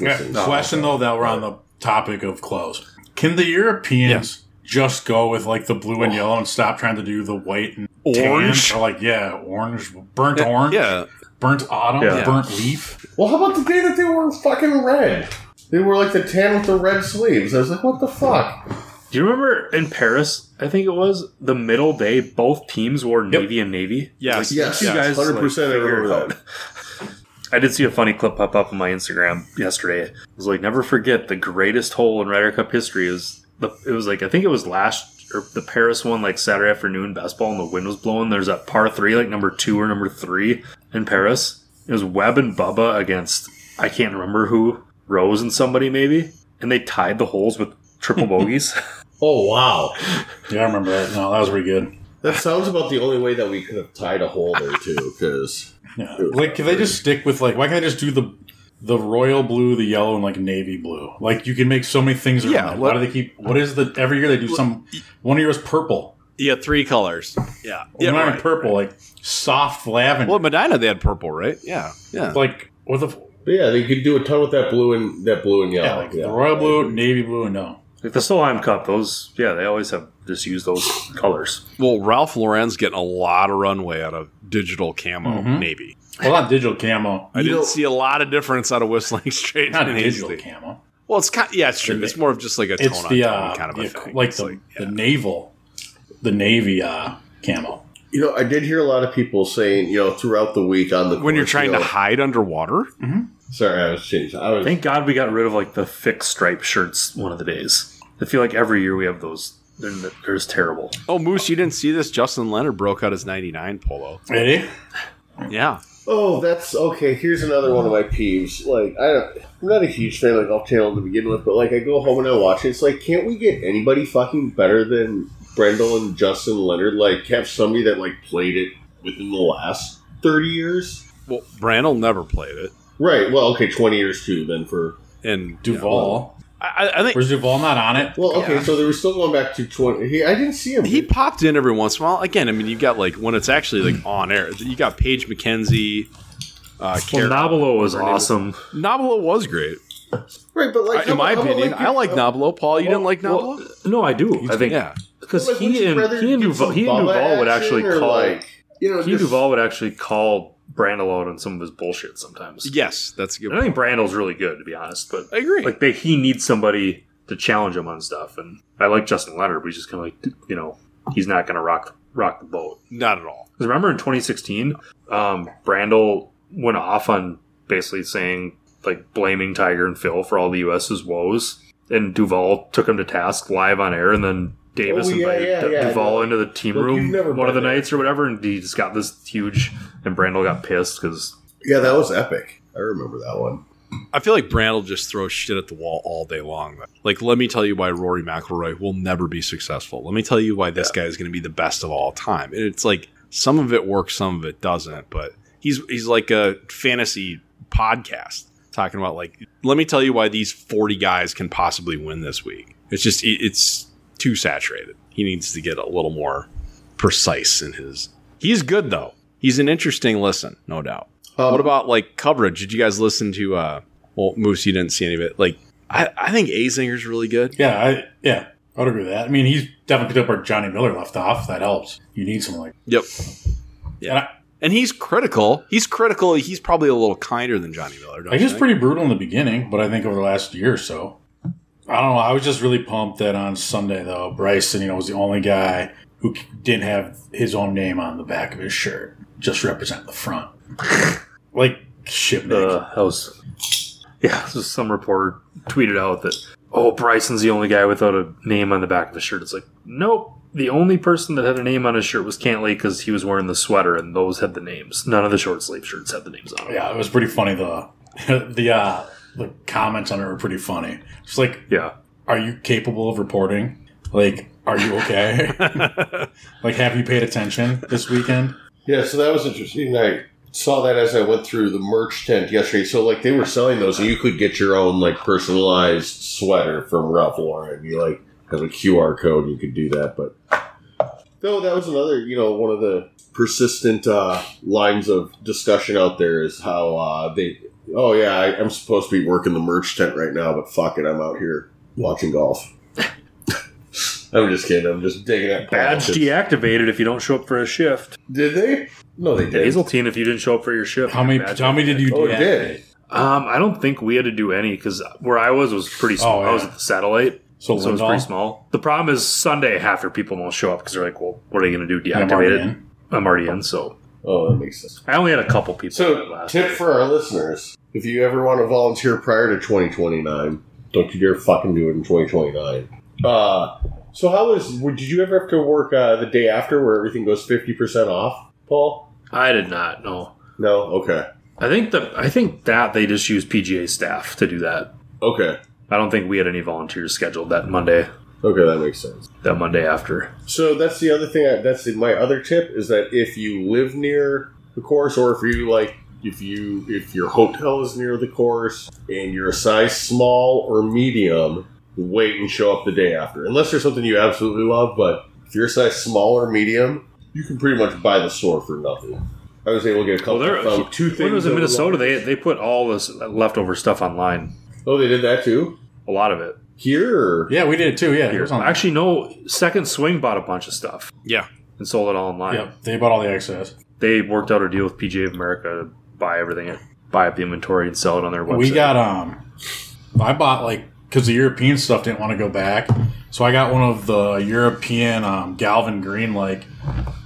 S5: Yeah. Question though that we're on the topic of clothes. Can the Europeans just go with like the blue and yellow and stop trying to do the white and tan?
S4: Oh. Orange?
S5: Or like yeah, orange, burnt orange,
S4: Yeah,
S5: burnt autumn,
S2: Yeah.
S5: burnt leaf.
S3: Well, how about the day that they were fucking red? They were like the tan with the red sleeves. I was like, what the fuck?
S2: Do you remember in Paris? I think it was the middle day. Both teams wore navy and navy.
S4: Yes.
S2: Like,
S3: Yes,
S2: you guys, like,
S3: 100% I
S2: figure it
S3: remember
S2: out. (laughs)
S3: that.
S2: I did see a funny clip pop up on my Instagram yesterday. It was like, never forget the greatest hole in Ryder Cup history is the. It was like I think it was last or the Paris one, like Saturday afternoon best ball, and the wind was blowing. There's that par three, like number two or number three in Paris. It was Webb and Bubba against I can't remember who Rose and somebody maybe, and they tied the holes with triple bogeys.
S3: Oh, wow.
S5: Yeah, I remember that. No, that was pretty good.
S3: That sounds about the only way that we could have tied a hole there, too, because.
S5: Yeah. Like can they just stick with like why can't they just do the the royal blue, the yellow, and like navy blue? Like you can make so many things around
S4: Yeah,
S5: that.
S4: let-
S5: why do they keep what is the every year they do some one year is purple.
S4: Yeah, three colors. Yeah. Yeah.
S5: Yeah, not
S4: right.
S5: purple, like soft lavender.
S4: Well, Medina, they had purple, right? Yeah. Yeah.
S5: like what the
S3: But yeah, they could do a ton with that blue and that blue and yellow.
S5: yeah, like royal blue, navy blue, and no.
S2: Like the Solheim Cup, those yeah, they always have just used those colors.
S4: Well, Ralph Lauren's getting a lot of runway out of digital camo
S5: Mhm.
S4: navy.
S5: Well, not digital camo.
S4: I
S3: You
S4: didn't
S3: know-
S4: see a lot of difference out of Whistling Straight
S5: Not
S4: and
S5: digital
S4: Hazley.
S5: camo.
S4: Well, it's kind. Yeah, it's true. It's more of just like a
S5: It's
S4: tone
S5: the
S4: on tone
S5: uh,
S4: kind of a
S5: the-
S4: thing.
S5: like
S4: It's
S5: the, the naval, the navy uh, camo.
S3: You know, I did hear a lot of people saying, you know, throughout the week on the
S4: when you're
S3: course,
S4: trying
S3: you
S4: to
S3: know-
S4: hide underwater.
S5: (laughs)
S3: Sorry, I was changing. I was
S2: Thank God we got rid of like the thick stripe shirts one of the days. I feel like every year we have those. They're, they're just terrible.
S4: Oh, Moose, you didn't see this? Justin Leonard broke out his '99 polo.
S5: Ready?
S4: Yeah.
S3: Oh, that's okay. Here's another one of my peeves. Like, I don't, I'm not a huge fan of like, Golf Channel to begin with, but like, I go home and I watch it. It's like, can't we get anybody fucking better than Brendel and Justin Leonard? Like, have somebody that like played it within the last thirty years?
S4: Well, Brandel never played it,
S3: Right. Well, okay, twenty years too. Then for
S4: and
S5: Duval.
S4: I, I think
S5: Was Duval not on it?
S3: well, okay,
S4: Yeah.
S3: so they were still going back to twenty. He, I didn't see him.
S4: he popped in every once in a while. Again, I mean, you got like when it's actually like on air. You got Paige McKenzie. Uh,
S2: Well,
S4: Kara-
S2: Nabilo was awesome.
S4: Nabilo was great.
S3: right, but like, uh,
S4: in my
S3: about,
S4: opinion, I like Nabilo. Paul, you didn't like
S2: well,
S4: Nabilo?
S2: No, I do. I think
S4: yeah.
S2: because
S3: like, would
S2: he,
S3: you
S2: and,
S3: rather
S2: he and
S3: do
S2: Duval
S3: some
S2: he and
S3: Bubba
S2: Duval would
S3: action
S2: actually
S3: or,
S2: call
S3: you know,
S2: he and
S3: just-
S2: Duval would actually call Brandel out on some of his bullshit sometimes.
S4: Yes, that's a good.
S2: And I think Brandel's really good to be honest, but
S4: I agree.
S2: like they, he needs somebody to challenge him on stuff. And I like Justin Leonard, but he's just kind of like you know he's not going to rock rock the boat.
S4: Not at all.
S2: 'Cause remember in 2016, um, Brandel went off on basically saying like blaming Tiger and Phil for all the U.S.'s woes, and Duval took him to task live on air, and then Davis
S3: Oh, yeah,
S2: invited
S3: yeah,
S2: Du-
S3: yeah,
S2: Duval
S3: no.
S2: into the team
S3: Look,
S2: room
S3: you've never
S2: one of the
S3: been there.
S2: nights or whatever, and he just got this huge, and Brandel got pissed because
S3: Yeah, that was epic. I remember that one.
S4: I feel like Brand will just throw shit at the wall all day long. Like, let me tell you why Rory McIlroy will never be successful. Let me tell you why this guy is going to be the best of all time. And it's like some of it works, some of it doesn't. But he's he's like a fantasy podcast talking about like, let me tell you why these forty guys can possibly win this week. It's just it- it's too saturated. He needs to get a little more precise in his. He's good though. He's an interesting listen, no doubt
S3: Um,
S4: what about like coverage? Did you guys listen to uh well Moose you didn't see any of it. Like I, I think Azinger's really good.
S5: Yeah, I yeah, I would agree with that. I mean, he's definitely picked up where Johnny Miller left off. That helps. You need someone like
S4: Yep.
S5: yeah. And I,
S4: And he's critical. He's critical. He's probably a little kinder than Johnny Miller. Don't
S5: Like
S4: you
S5: it's
S4: think?
S5: pretty brutal in the beginning, but I think over the last year or so, I don't know. I was just really pumped that on Sunday though, Bryson, you know, was the only guy who c- didn't have his own name on the back of his shirt, just represent the front. (laughs) like shit, Nick.
S2: the house. Yeah, (laughs) so some reporter tweeted out that, oh, Bryson's the only guy without a name on the back of his shirt. It's like, nope. The only person that had a name on his shirt was Cantley because he was wearing the sweater and those had the names. None of the short sleeve shirts had the names on them.
S5: yeah, it was pretty funny. The (laughs) the uh, the comments on it were pretty funny. It's like,
S2: Yeah.
S5: are you capable of reporting? Like, are you
S2: (laughs)
S5: okay? like, have you paid attention this weekend?
S3: Yeah, so that was interesting. I saw that as I went through the merch tent yesterday. So like they were selling those, and you could get your own like personalized sweater from Ralph Lauren. You like have a QR code, you could do that. But no, that was another you know one of the persistent uh, lines of discussion out there is how uh, they. Oh yeah, I, I'm supposed to be working the merch tent right now, but fuck it, I'm out here watching golf. (laughs) I'm just kidding. I'm just digging at
S2: Badge
S3: politics.
S2: deactivated if you don't show up for a shift.
S3: Did they? No, they didn't.
S2: Hazeltine, if you didn't show up for your shift.
S5: How many?
S2: badge
S5: How many did you?
S3: Oh, it
S5: deactivate?
S3: did.
S2: Um, I don't think we had to do any because where I was was pretty small.
S5: Oh, yeah.
S2: I was at the satellite.
S5: So,
S2: So it's
S5: Lindahl?
S2: pretty small. The problem is Sunday, half your people won't show up because they're like, "Well, what are you going to do?
S5: Yeah, I'm
S2: Deactivate
S5: already
S2: it?"
S5: in.
S2: I'm already in. So
S3: Oh, that makes sense.
S2: I only had a couple people. that
S3: So,
S2: last
S3: tip
S2: day.
S3: for our listeners: if you ever want to volunteer prior to 2029, don't you dare fucking do it in 2029. Uh, so how is? Did you ever have to work uh, the day after where everything goes 50 percent off, Paul?
S2: I did not. No,
S3: No. Okay.
S2: I think the I think that they just use PGA staff to do that.
S3: Okay.
S2: I don't think we had any volunteers scheduled that Monday.
S3: Okay, that makes sense.
S2: That Monday after.
S3: So that's the other thing. I, that's the, my other tip is that if you live near the course, or if you like, if you if your hotel is near the course and you're a size small or medium, wait and show up the day after. Unless there's something you absolutely love, but If you're a size small or medium, you can pretty much buy the store for nothing. I was able to get a couple.
S2: Well, there-
S3: I found two things.
S2: When it was in
S3: that were
S2: Minnesota,
S3: like-
S2: they they put all this leftover stuff online.
S3: oh, they did that too.
S2: A lot of it.
S3: Here, or-
S5: Yeah, we did it too. Yeah, it was on.
S2: Actually, no. Second Swing bought a bunch of stuff
S4: Yeah.
S2: and sold it all online.
S5: Yep, they bought all the excess.
S2: They worked out a deal with PGA of America to buy everything, buy up the inventory, and sell it on their website.
S5: We got um, I bought like because the European stuff didn't want to go back, so I got one of the European um, Galvin Green like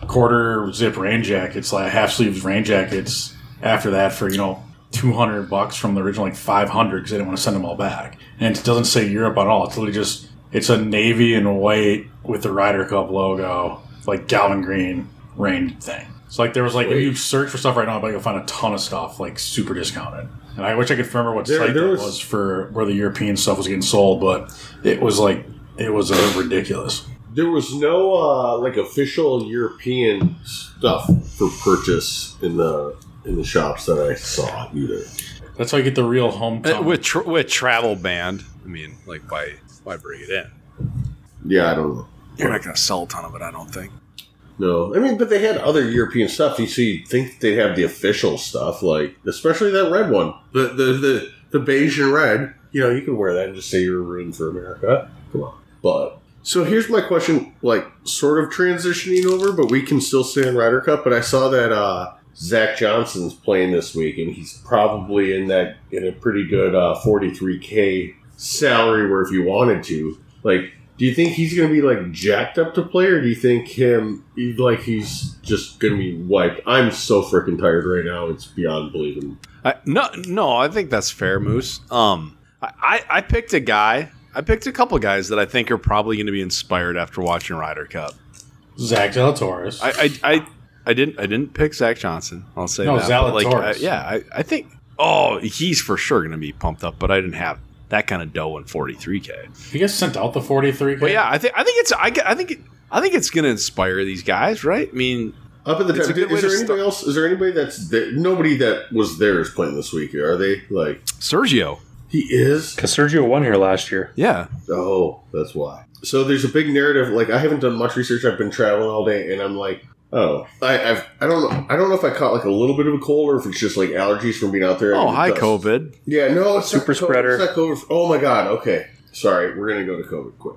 S5: quarter zip rain jackets, like half sleeves rain jackets. After that, for you know. 200 bucks from the original like 500 because they didn't want to send them all back and it doesn't say europe at all it's literally just it's a navy and white with the Ryder cup logo like galvin green rain thing so like there was like if you search for stuff right now i bet you'll find a ton of stuff like super discounted and i wish i could remember what
S3: There-
S5: site
S3: there
S5: that
S3: was-
S5: was, for where the european stuff was getting sold but it was like it was uh, ridiculous
S3: there was no uh, like official European stuff for purchase in the in the shops that I saw either.
S5: that's how you get the real home
S4: Uh, with tr with travel band, I mean, like why why bring it in?
S3: Yeah, I don't know.
S4: You're not gonna sell a ton of it, I don't think.
S3: No, I mean, but they had other European stuff. You see, you'd think they have the official stuff, like especially that red one, the the the, the beige and red. You know, you can wear that and just say you're rooting for America. Come on, but so here's my question, like sort of transitioning over, but we can still stay on Ryder Cup. But I saw that uh, Zach Johnson's playing this week, and he's probably in that in a pretty good uh, 43k salary. Where if you wanted to, like, do you think he's going to be like jacked up to play, or do you think him he- like he's just going to be wiped? I'm so freaking tired right now; it's beyond believing.
S4: I, no, no, I think that's fair, Moose. Um, I, I I picked a guy. I picked a couple guys that I think are probably going to be inspired after watching Ryder Cup.
S5: zach Zalatoris.
S4: I I, I, I didn't I didn't pick Zach Johnson. I'll say
S5: No,
S4: that. but, like,
S5: Zalatoris.
S4: I- yeah, I, I think. Oh, he's for sure going to be pumped up, but I didn't have that kind of dough in 43k.
S5: you guys sent out the 43
S4: But yeah, I think I think it's I, g- I think it, I think it's going to inspire these guys, right? I mean,
S3: Up at the
S4: It's
S3: top,
S4: a good way
S3: is there
S4: to
S3: anybody
S4: start.
S3: else? Is there anybody that's there? nobody that was there is playing this week? Are they like
S4: Sergio.
S3: he is?
S2: because Sergio won here last year.
S4: Yeah,
S3: Oh, that's why. So there's a big narrative. Like I haven't done much research. I've been traveling all day, and I'm like, oh, I, I've I don't know. I don't know if I caught like a little bit of a cold or if it's just like allergies from being out there.
S4: Oh, hi,
S3: Dust.
S4: COVID.
S3: Yeah, no, it's
S2: Super
S3: not COVID,
S2: spreader.
S3: It's not COVID. Oh my god. Okay, sorry. We're gonna go to COVID quick.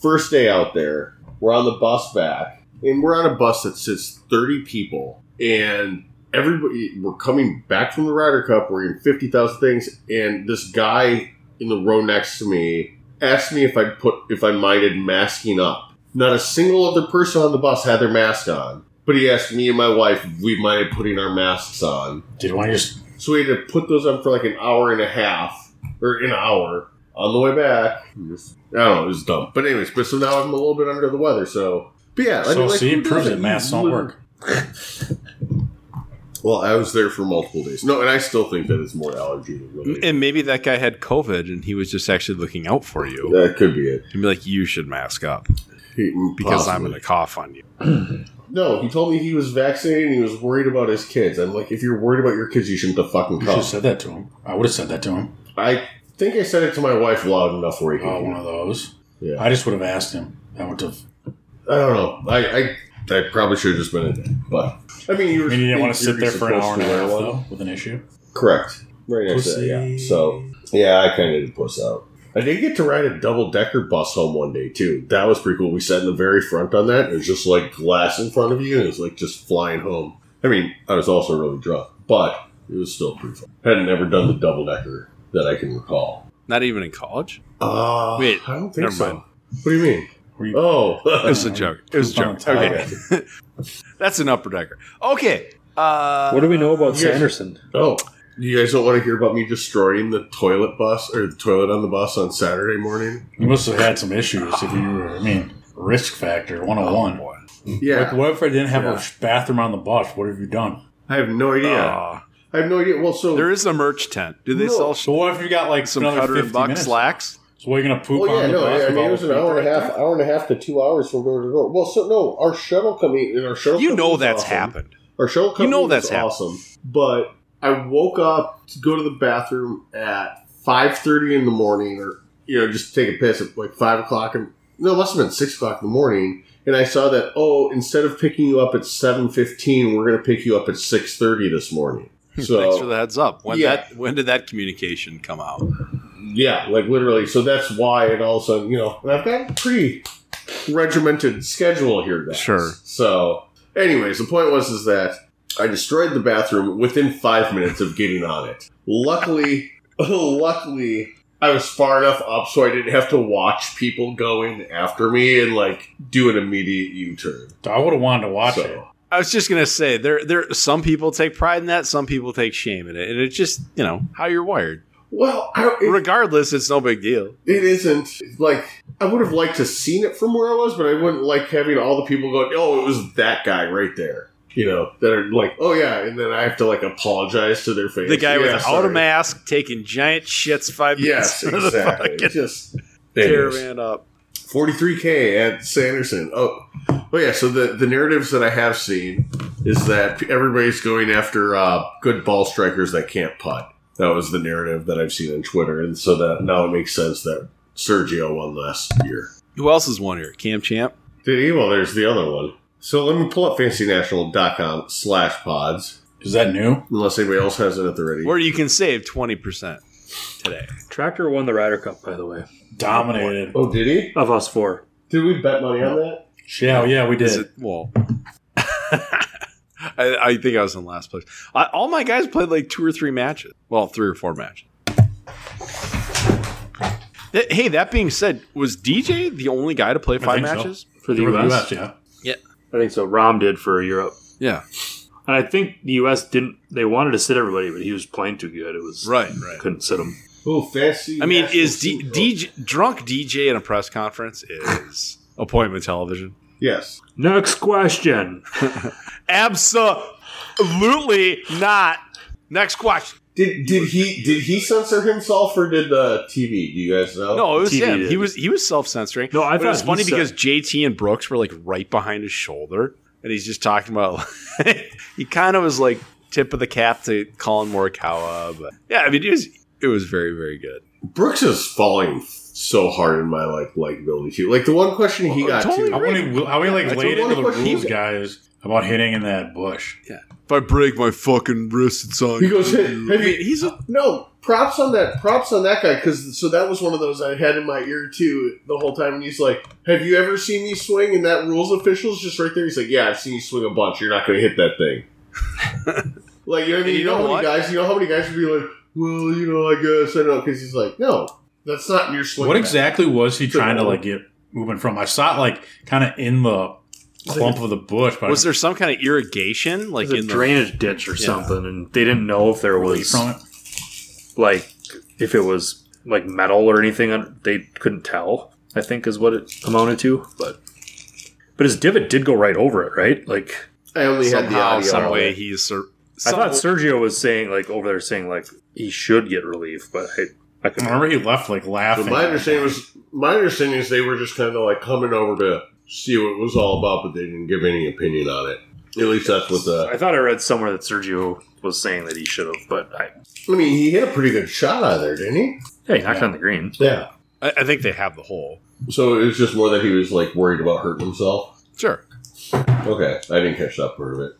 S3: First day out there, we're on the bus back, and we're on a bus that sits thirty people, and everybody. We're coming back from the Ryder Cup. We're in fifty thousand things, and this guy in the row next to me asked me if I would put if I minded masking up. Not a single other person on the bus had their mask on, but he asked me and my wife if we minded putting our masks on.
S5: did one just
S3: So we had to put those on for like an hour and a half, or an hour on the way back. Just- I don't know, it was dumb. But anyways, but so now I'm a little bit under the weather. So, but yeah, I
S5: so
S3: mean, like,
S5: see
S3: who
S5: it proves
S3: does
S5: it masks don't work
S3: Well, I was there for multiple days. No, and I still think that it's more allergy than really.
S4: And maybe that guy had COVID and he was just actually looking out for you.
S3: That could be it.
S4: And be like, you should mask up
S3: He- mm,
S4: because I'm
S3: possibly.
S4: going to cough on you.
S3: No, he told me he was vaccinated and he was worried about his kids. I'm like, if you're worried about your kids, you shouldn't have fucking
S5: you should have
S3: come.
S5: said that to him i would have said that to him
S3: I think I said it to my wife loud enough where he could
S5: oh
S3: hear.
S5: one of those
S3: Yeah.
S5: i just would have asked him i would have
S3: I don't know. I I, I probably should have just been in there, but I mean, you were,
S5: I mean, you didn't want to
S3: you're
S5: sit there for an hour
S3: supposed
S5: and a
S3: to wear
S5: half
S3: one.
S5: though, with an issue.
S3: Correct. Right next to
S5: Pussy.
S3: that, yeah. So yeah, I kind of did puss out. I did get to ride a double decker bus home one day too. That was pretty cool. We sat in the very front on that. It was just like glass in front of you, and it was like just flying home. I mean, I was also really drunk, but it was still pretty fun. I had never done the double decker that I can recall.
S4: Not even in college?
S3: Uh,
S4: Wait,
S3: I don't think
S4: never
S3: so.
S4: mind.
S3: What do you mean?
S5: Were (laughs) you-
S4: It
S3: Oh, (laughs)
S4: was a joke. It was a joke.
S5: Okay.
S4: (laughs) Okay. That's an upper decker. Okay. Uh,
S2: What do we know about
S3: Yes.
S2: Sanderson?
S3: Oh, you guys don't want to hear about me destroying the toilet bus or the toilet on the bus on Saturday morning?
S5: You must have had some issues if you were. I mean, risk factor 101.
S4: Oh, boy.
S5: Like,
S3: Yeah,
S5: what if I didn't have
S3: Yeah.
S5: a bathroom on the bus? What have you done?
S3: I have no idea.
S4: Aw.
S3: I have no idea. Well, so
S4: Ah. there is a merch tent. Do they
S3: No.
S4: sell
S5: So what if you got like
S4: some
S5: another
S4: powder
S5: 50
S4: and buck
S5: minutes?
S4: slacks?
S5: So what are you gonna poop
S3: well,
S5: on
S3: oh, yeah,
S5: the
S3: no,
S5: bus?
S3: I
S5: with
S3: mean,
S5: all
S3: it was
S5: the
S3: an
S5: people
S3: hour and a
S5: right
S3: half,
S5: there?
S3: hour and a half to two hours from door to door. Well, so no, our shuttle company and our shuttle.
S4: You
S3: company
S4: know
S3: was
S4: that's
S3: awesome. (laughs)
S4: happened.
S3: Our shuttle company
S4: You know
S3: that's
S4: that's happened.
S3: awesome. But I woke up to go to the bathroom at five thirty in the morning, or you know, just take a piss at like five o'clock, and no, it must have been six o'clock in the morning. and I saw that oh, instead of picking you up at seven fifteen, we're going to pick you up at six thirty this morning. So
S4: Hmm, Thanks for the heads up. When
S3: Yeah.
S4: that when did that communication come out?
S3: Yeah, like literally. So that's why it also, you know, and I've got a pretty regimented schedule here, guys.
S4: Sure.
S3: So, anyways, the point was is that I destroyed the bathroom within five minutes of getting on it. Luckily, (laughs) luckily, I was far enough up so I didn't have to watch people go in after me and like do an immediate U turn.
S5: I would have wanted to watch it.
S3: uh, So,
S4: I was just gonna say there there some people take pride in that, some people take shame in it, and it's just you know how you're wired.
S3: well, I, it-
S4: Regardless, it's no big deal.
S3: it isn't like I would have liked to seen it from where I was, but I wouldn't like having all the people going, "Oh, it was that guy right there." You know, that are like, "Oh yeah," and then I have to like apologize to their face.
S4: The guy
S3: yeah,
S4: without
S3: sorry.
S4: a mask taking giant shits five minutes
S3: Yes,
S4: into (laughs) the
S3: exactly.
S4: fucking
S3: Just
S4: caravan up.
S3: 43k at Sanderson. Oh, oh yeah. So the the narratives that I have seen is that everybody's going after uh, good ball strikers that can't putt. That was the narrative that I've seen on Twitter, and so that now it makes sense that Sergio won last year.
S4: Who else is one here? Cam Champ.
S3: Dude, well, there's the other one. So let me pull up fancynational.com slash pods,
S5: Is that new?
S3: unless anybody else has it at the ready.
S4: Where you can save twenty percent today.
S2: Tractor won the Ryder Cup, by the way,
S5: Dominated.
S3: oh, did he?
S2: of us four.
S3: Did we bet money on that?
S5: Yeah, oh, yeah, we
S4: Is
S5: did.
S4: it well? (laughs) I, I think I was in last place. I, all my guys played like two or three matches. Well, three or four matches. That- hey, that being said, was DJ the only guy to play five
S5: think so.
S4: matches?
S2: For the
S5: For the
S2: US?
S5: US, yeah.
S2: I think so. Rom did for Europe.
S4: Yeah,
S2: And I think the US didn't, they wanted to sit everybody, but he was playing too good. It was,
S4: right, right.
S2: couldn't sit him.
S3: Oh, fancy.
S4: I mean, is D, DJ drunk DJ in a press conference is appointment television?
S3: Yes.
S2: Next question.
S4: Absolutely not. Next question.
S3: Did did he did he censor himself or did the TV? Do you guys know?
S4: No, it was
S2: TV
S4: him. He
S2: did.
S4: was he was self censoring.
S2: No, I
S4: But it
S2: thought
S4: was funny
S2: he
S4: because
S2: said-
S4: JT and Brooks were like right behind his shoulder, and he's just talking about. (laughs) he kind of was like tip of the cap to Colin Morikawa, but yeah, I mean it was it was very very good.
S3: Brooks is falling so hard in my like likability too. Like the one question he
S4: Oh,
S3: got
S4: totally
S5: How
S3: to.
S5: when he, how he
S3: I
S5: like
S3: told
S5: laid
S3: you
S5: into the
S3: what he
S5: rules,
S3: did.
S5: guys, about hitting in that bush.
S4: If I break my fucking wrist, it's on.
S3: He goes,
S4: you.
S3: "Hey, have you-
S4: he's a,
S3: No, props on that. Props on that guy because so that was one of those I had in my ear too the whole time. And he's like, "Have you ever seen me swing?" And that rules official's just right there. He's like, "Yeah, I've seen you swing a bunch. You're not going to hit that thing." (laughs) like you know, what I mean?
S4: And
S3: you,
S4: you
S3: know,
S4: know
S3: how many guys? You know how many guys would be like, "Well, you know, I guess I don't." Because he's like, "No, that's not your swing."
S5: what exactly was he
S3: It's a
S5: trying to
S3: roll.
S5: like get moving from? I saw it like kind of in the clump of the bush, but
S4: was
S5: I
S4: there some kind of irrigation like
S2: It was
S4: in
S2: a
S4: the
S2: drainage ditch or something, and they didn't know if there
S5: couldn't
S2: was
S5: leap from it?
S2: like if it was like metal or anything. on- They couldn't tell. I think is what it amounted to, but but his divot did go right over it, right? Like
S3: I only had the
S4: somehow
S3: audio.
S4: some way he is. Sur- some-
S2: I thought Sergio was saying like over there saying like he should get relief, but I, I
S5: I
S2: could
S5: remember he left like
S3: But
S5: laughing.
S3: my understanding was my understanding is they were just kind of like coming over to see what it was all about, but they didn't give any opinion on it. At least that's what the
S2: I thought I read somewhere that Sergio was saying that he should have, but I
S3: I mean, he hit a pretty good shot out of there, didn't he?
S2: hey, knocked on the green.
S3: Yeah.
S4: I, I think they have the hole.
S3: So it was just more that he was like worried about hurting himself.
S4: Sure.
S3: Okay, I didn't catch that part of it.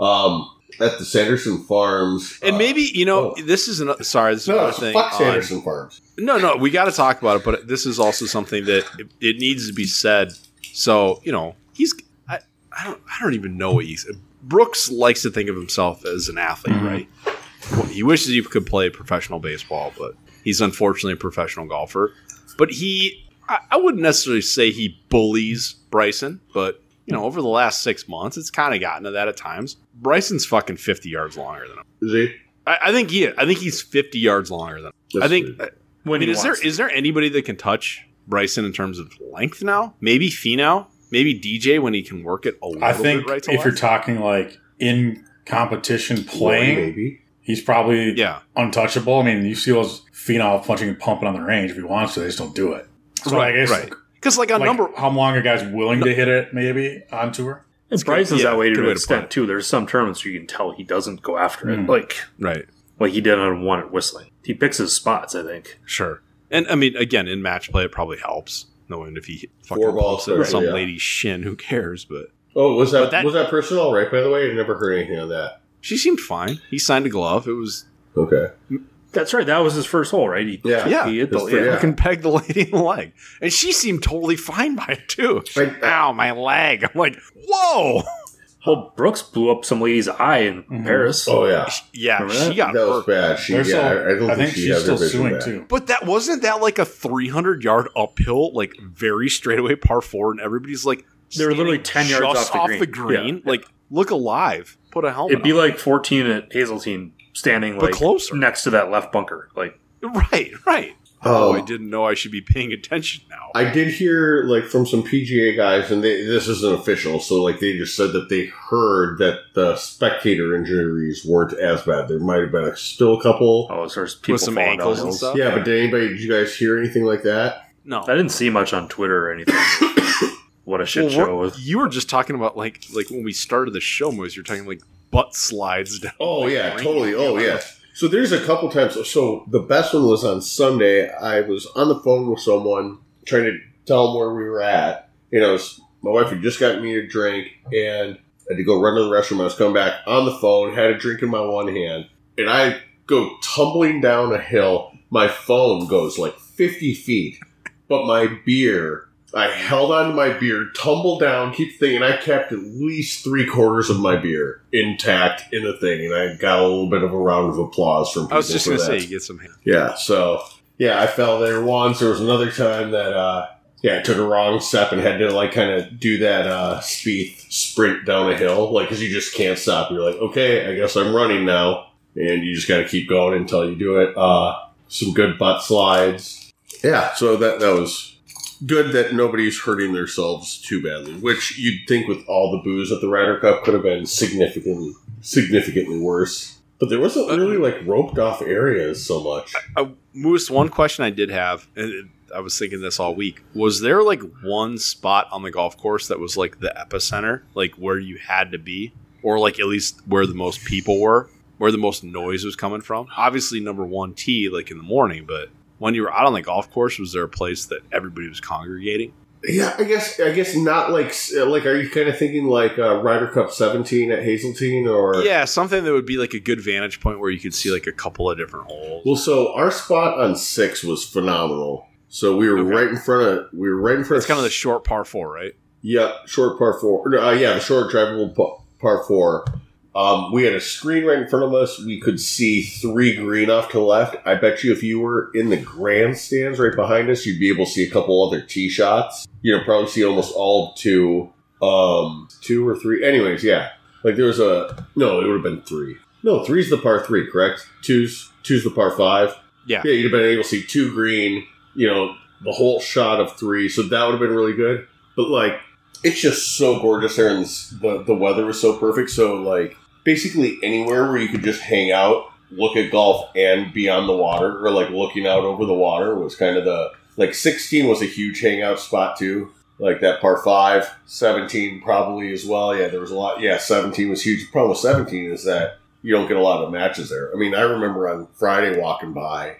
S3: Um, at the Sanderson Farms,
S4: And
S3: uh,
S4: maybe you know
S3: oh.
S4: this is another. Sorry, this is
S3: no,
S4: another
S3: it's
S4: thing.
S3: fuck
S4: on-
S3: Sanderson Farms.
S4: No, no, we got to talk about it, but this is also something that it, it needs to be said. So you know, he's I, I don't I don't even know what he's. Brooks likes to think of himself as an athlete,
S5: Mhm.
S4: right? Well, He wishes he could play professional baseball, but he's unfortunately a professional golfer. But he, I, I wouldn't necessarily say he bullies Bryson, but you know, over the last six months, it's kind of gotten to that at times. Bryson's fucking fifty yards longer than him.
S3: Is he?
S4: I, I think he. I think he's fifty yards longer than. Him.
S3: That's
S4: I think. uh,
S3: weird.
S2: When
S4: I mean,
S2: he
S4: is there
S2: wants.
S4: is there anybody that can touch Bryson in terms of length now? Maybe Finau, maybe DJ when he can work it a little
S5: I think
S4: bit right to
S5: if you're
S4: left?
S5: talking like in competition
S3: Roy,
S5: playing,
S3: maybe.
S5: he's probably
S4: yeah,
S5: untouchable. I mean, you see those phenol punching and pumping on the range if he wants to, they just don't do it. So
S4: Right,
S5: I guess
S4: right. because like on
S5: like,
S4: number
S5: how long are guys willing to hit it? Maybe on tour.
S2: And Bryson's
S4: yeah,
S2: that way
S4: good
S2: to an
S4: way to put
S2: extent
S4: it.
S2: too. There's some tournaments where you can tell he doesn't go after it,
S4: Hmm.
S5: Mm.
S2: like
S4: right,
S2: like he did on one at whistling. He picks his spots, I think.
S4: sure, and I mean again in match play it probably helps, knowing if he fucking
S3: Four balls,
S4: pumps it in
S3: right,
S4: some
S3: yeah.
S4: lady's shin, who cares? But
S3: Oh, was
S4: But
S3: that,
S4: that-
S3: was that person all right? By the way, I never heard anything on that.
S4: she seemed fine. He signed a glove. It was
S3: Okay,
S2: That's right. That was his first hole, right? He,
S3: yeah,
S4: yeah,
S2: he hit the,
S3: That's pretty-
S2: yeah.
S4: fucking pegged the lady in the leg, and she seemed totally fine by it too. She's like, Ow, my leg! I'm like, whoa.
S2: Well, Brooks blew up some lady's eye in
S5: Mhm.
S2: Paris.
S3: Oh yeah,
S4: Mm-hmm. Yeah,
S2: Remember that?
S4: she got
S3: that was
S4: hurt.
S3: bad. She, yeah,
S5: They're still-
S3: I, I don't
S5: I
S3: think,
S5: think
S3: she
S5: she's
S3: has her
S5: still
S3: vision
S5: suing
S3: back.
S5: too.
S4: But that wasn't that like a 300 yard uphill, like very straightaway par four, and everybody's like
S2: They were literally
S4: standing
S2: 10 yards
S4: just
S2: off the green.
S4: green.
S2: Yeah.
S4: Like, look alive. Put a helmet.
S2: It'd be
S4: on.
S2: like 14 at Hazeltine standing
S4: But
S2: like
S4: closer.
S2: next to that left bunker. Like,
S4: (laughs) right, right. oh,
S3: Oh,
S4: I didn't know I should be paying attention now.
S3: I did hear like from some PGA guys, and they, this isn't official, so like they just said that they heard that the spectator injuries weren't as bad. There might have been a, still a couple.
S2: oh, there's people
S4: some
S2: falling
S4: ankles
S2: down
S4: and
S2: hills.
S4: stuff?
S3: Yeah, but did anybody? Did you guys hear anything like that?
S4: no,
S2: I didn't see much on Twitter or
S4: (coughs)
S2: anything. what a shit
S4: Well,
S2: show.
S4: we're-
S2: With.
S4: you were just talking about like like when we started the show, Moise. You're talking like butt slides down.
S3: Oh
S4: the
S3: yeah,
S4: green.
S3: totally. Oh yeah. So there's a couple times. So the best one was on Sunday. I was on the phone with someone trying to tell them where we were at. You know, it's- my wife had just gotten me a drink, and I had to go run to the restroom. I was coming back on the phone, had a drink in my one hand, and I go tumbling down a hill. My phone goes like 50 feet, but my beer, I held on to my beer, tumbled down, keep thinking I kept at least three quarters of my beer intact in the thing, and I got a little bit of a round of applause from people.
S4: I was just
S3: for
S4: gonna say,
S3: that.
S4: you get some.
S3: Yeah, so yeah, I fell there once. There was another time that uh yeah, I took a wrong step and had to like kind of do that uh speed sprint down a hill, like because you just can't stop. You're like, okay, I guess I'm running now, and you just got to keep going until you do it. Uh, some good butt slides. Yeah, so that that was good that nobody's hurting themselves too badly, which you'd think with all the booze at the Ryder Cup could have been significantly significantly worse. But there wasn't really like roped off areas so much.
S4: Uh, Moose, one question I did have, and it- I was thinking this all week, was there like one spot on the golf course that was like the epicenter, like where you had to be, or like at least where the most people were, where the most noise was coming from? Obviously, number one tee, like in the morning, but when you were out on the golf course, was there a place that everybody was congregating?
S3: Yeah, I guess I guess not like like are you kind of thinking like uh, Ryder Cup 17 at Hazeltine or
S4: Yeah, something that would be like a good vantage point where you could see like a couple of different holes.
S3: Well, so our spot on 6 was phenomenal. So we were
S4: Okay.
S3: right in front of we were right in front
S4: That's kind of the short par four, right?
S3: Yep, short par four. No, Uh, yeah, the short drivable pa- par four. Um, we had a screen right in front of us. We could see three green off to the left. I bet you if you were in the grandstands right behind us, you'd be able to see a couple other tee shots. You know, probably see almost all of two, um, two or three. Anyways, yeah, like there was a no, it would have been three. No, three's the par three, correct? Two's two's the par five.
S4: Yeah.
S3: yeah, you'd have been able to see two green. You know, the whole shot of three. So that would have been really good. But like it's just so gorgeous there, and this- the the weather was so perfect. So like basically anywhere where you could just hang out, look at golf, and be on the water, or like looking out over the water was kind of the like sixteen was a huge hangout spot too. Like that par five, 17 probably as well. Yeah, there was a lot. Yeah, 17 was huge. The problem with 17 is that you don't get a lot of matches there. I mean, I remember on Friday walking by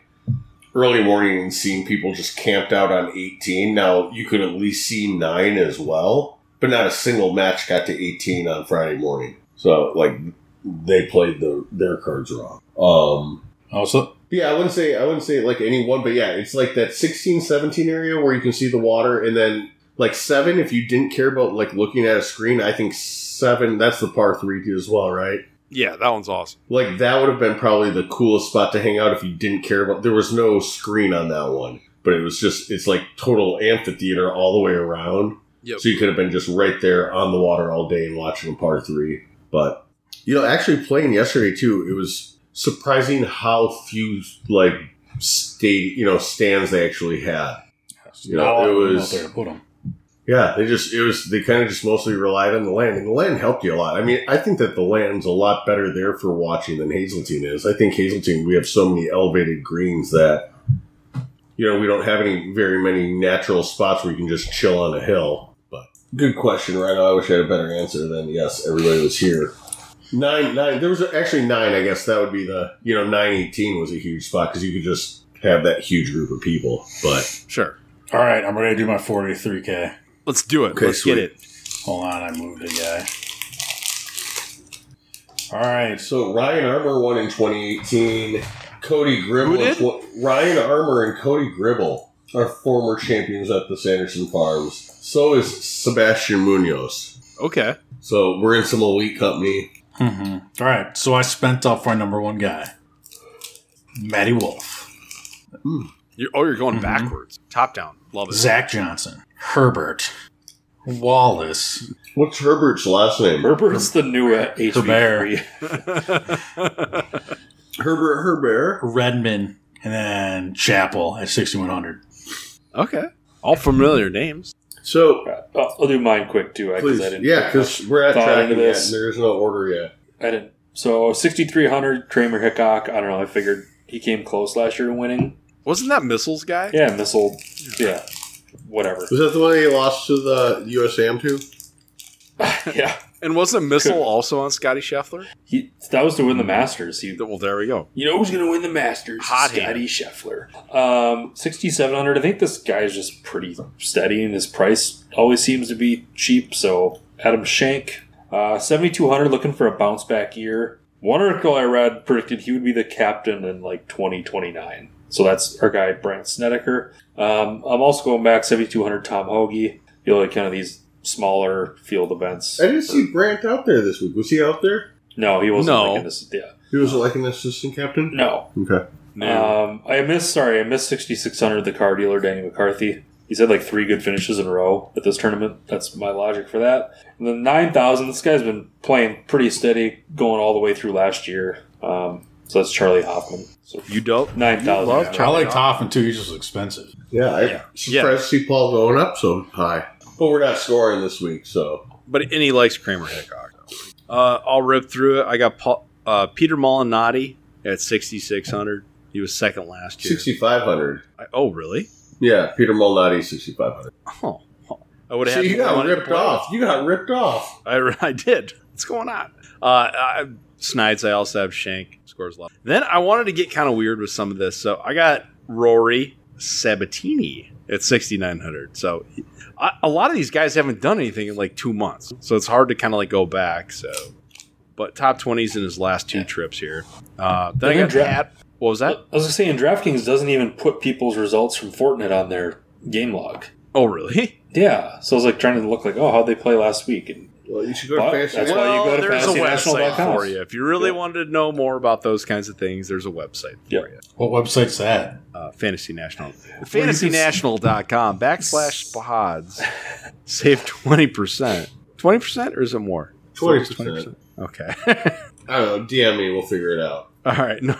S3: early morning and seeing people just camped out on 18. Now you could at least see nine as well, but not a single match got to 18 on Friday morning. So like they played the, their cards wrong. Um,
S5: Also,
S3: but yeah, I wouldn't say I wouldn't say like any one, but yeah, it's like that 16, 17 area where you can see the water, and then like seven, if you didn't care about like looking at a screen, I think seven that's the par three as well, right?
S4: Yeah, that one's awesome.
S3: Like that would have been probably the coolest spot to hang out if you didn't care about. There was no screen on that one, but it was just it's like total amphitheater all the way around.
S4: Yep.
S3: So you could have been just right there on the water all day and watching a par three. But you know, actually playing yesterday too, it was surprising how few like state you know stands they actually had. You know,
S5: not a lot
S3: it
S5: of room
S3: was-
S5: out there to put 'em.
S3: Yeah, they just it was they kind of just mostly relied on the land, and the land helped you a lot. I mean, I think that the land's a lot better there for watching than Hazeltine is. I think Hazeltine we have so many elevated greens that you know we don't have any very many natural spots where you can just chill on a hill. But good question, right? I wish I had a better answer than yes, everybody was here. Nine, nine. There was actually nine. I guess that would be the you know nine eighteen was a huge spot because you could just have that huge group of people, but.
S4: Sure.
S5: All right, I'm ready to do my 43K.
S4: Let's do it.
S3: Okay,
S4: Let's
S3: sweet.
S4: get it.
S5: Hold on, I moved a guy. All right.
S3: So Ryan Armour won in 2018. Cody Gribble.
S4: Who
S3: in
S4: did?
S3: tw- Ryan Armour and Cody Gribble are former champions at the Sanderson Farms. So is Sebastian Munoz.
S4: Okay.
S3: So we're in some elite company.
S5: Mhm. All right. So I spent off our number one guy, Matty Wolf,
S4: You're, oh, you're going
S5: Mhm.
S3: Mm-hmm.
S4: backwards. Top down. Love it.
S5: Zach Johnson, Herbert, Wallace,
S3: What's Herbert's last name?
S2: Herbert's the new uh, HB3.
S3: Herbert Herbert.
S5: Redmond, and then Chapel at 6,100.
S4: Okay. All familiar names.
S3: So
S2: I'll, I'll do mine quick too. I,
S3: please,
S2: I didn't
S3: yeah, because we're at
S2: thought into
S3: tracking yet,
S2: this.
S3: and there is no order yet.
S2: I didn't. So 6,300, Kramer Hickok. I don't know. I figured he came close last year to winning.
S4: Wasn't that missiles guy?
S2: Yeah, missile. Yeah,
S3: (laughs)
S2: whatever.
S3: Was that the one he lost to the USAM to?
S2: yeah,
S4: And wasn't missile
S2: Could-
S4: also on Scotty Scheffler?
S2: he that was to win the Masters. He,
S4: Well, there we go.
S2: you know who's going to win the Masters?
S4: Hot hand.
S2: Scotty Scheffler. Um, 6,700. I think this guy's just pretty steady, and his price always seems to be cheap. So Adam Shank, uh, 7,200, looking for a bounce back year. One article I read predicted he would be the captain in like 2029. So that's our guy, Brent Snedeker. Um, I'm also going back 7,200, Tom Hoagie. You know, like kind of these smaller field events.
S3: I didn't see Brandt out there this week. Was he out there?
S2: No, he wasn't.
S4: No.
S2: like, in this, yeah.
S3: He was like an assistant captain.
S2: No.
S3: Okay. Uh,
S4: No.
S2: Um, I missed. Sorry, I missed sixty six hundred. The car dealer Danny McCarthy. He's had like three good finishes in a row at this tournament. That's my logic for that. And then nine thousand. This guy's been playing pretty steady, going all the way through last year. Um, so that's Charlie Hoffman. So
S4: you dope.
S2: nine
S4: you love
S2: thousand.
S5: I liked Hoffman too. He's just expensive.
S3: Yeah, I'm
S4: Yeah.
S3: surprised to see Paul going up so high. But we're not scoring this week, so
S4: But and he likes Kramer Hickok. Uh, I'll rip through it. I got Paul, uh, Peter Molinati at 6,600. He was second last year.
S3: sixty five hundred.
S4: I, oh, really?
S3: Yeah, Peter Malnati sixty five hundred.
S4: Oh, I would
S3: So
S4: have.
S3: you got ripped off. You got ripped off.
S4: I, (laughs) I did. What's going on? Uh, I, Snides, I also have Shank, scores a lot. Then I wanted to get kind of weird with some of this. So I got Rory Sabatini at 6,900. So I, a lot of these guys haven't done anything in like two months. So it's hard to kind of like go back. So, but top 20s in his last two trips here. Uh, then I
S2: Didn't
S4: got
S2: dra-
S4: Pat. What was
S2: I
S4: that?
S2: was gonna say, and DraftKings doesn't even put people's results from Fortnite on their game log.
S4: Oh, really?
S2: Yeah, so I was like trying to look like, oh, how'd they play last week? And
S3: Well, you should go
S2: Well,
S3: to fancy.
S2: that's why you go to
S4: there's a website
S2: fantasynational.com.
S4: for you. If you really
S2: Yeah.
S4: wanted to know more about those kinds of things, there's a website for
S2: Yeah.
S4: you.
S5: What website's that?
S4: uh, Fantasy National.
S5: you can s-
S4: FantasyNational.com (laughs) backslash pods. Save 20%. 20% or is it more?
S3: twenty percent.
S4: Okay. (laughs)
S3: I don't know. DM me. We'll figure it out.
S4: All right. No,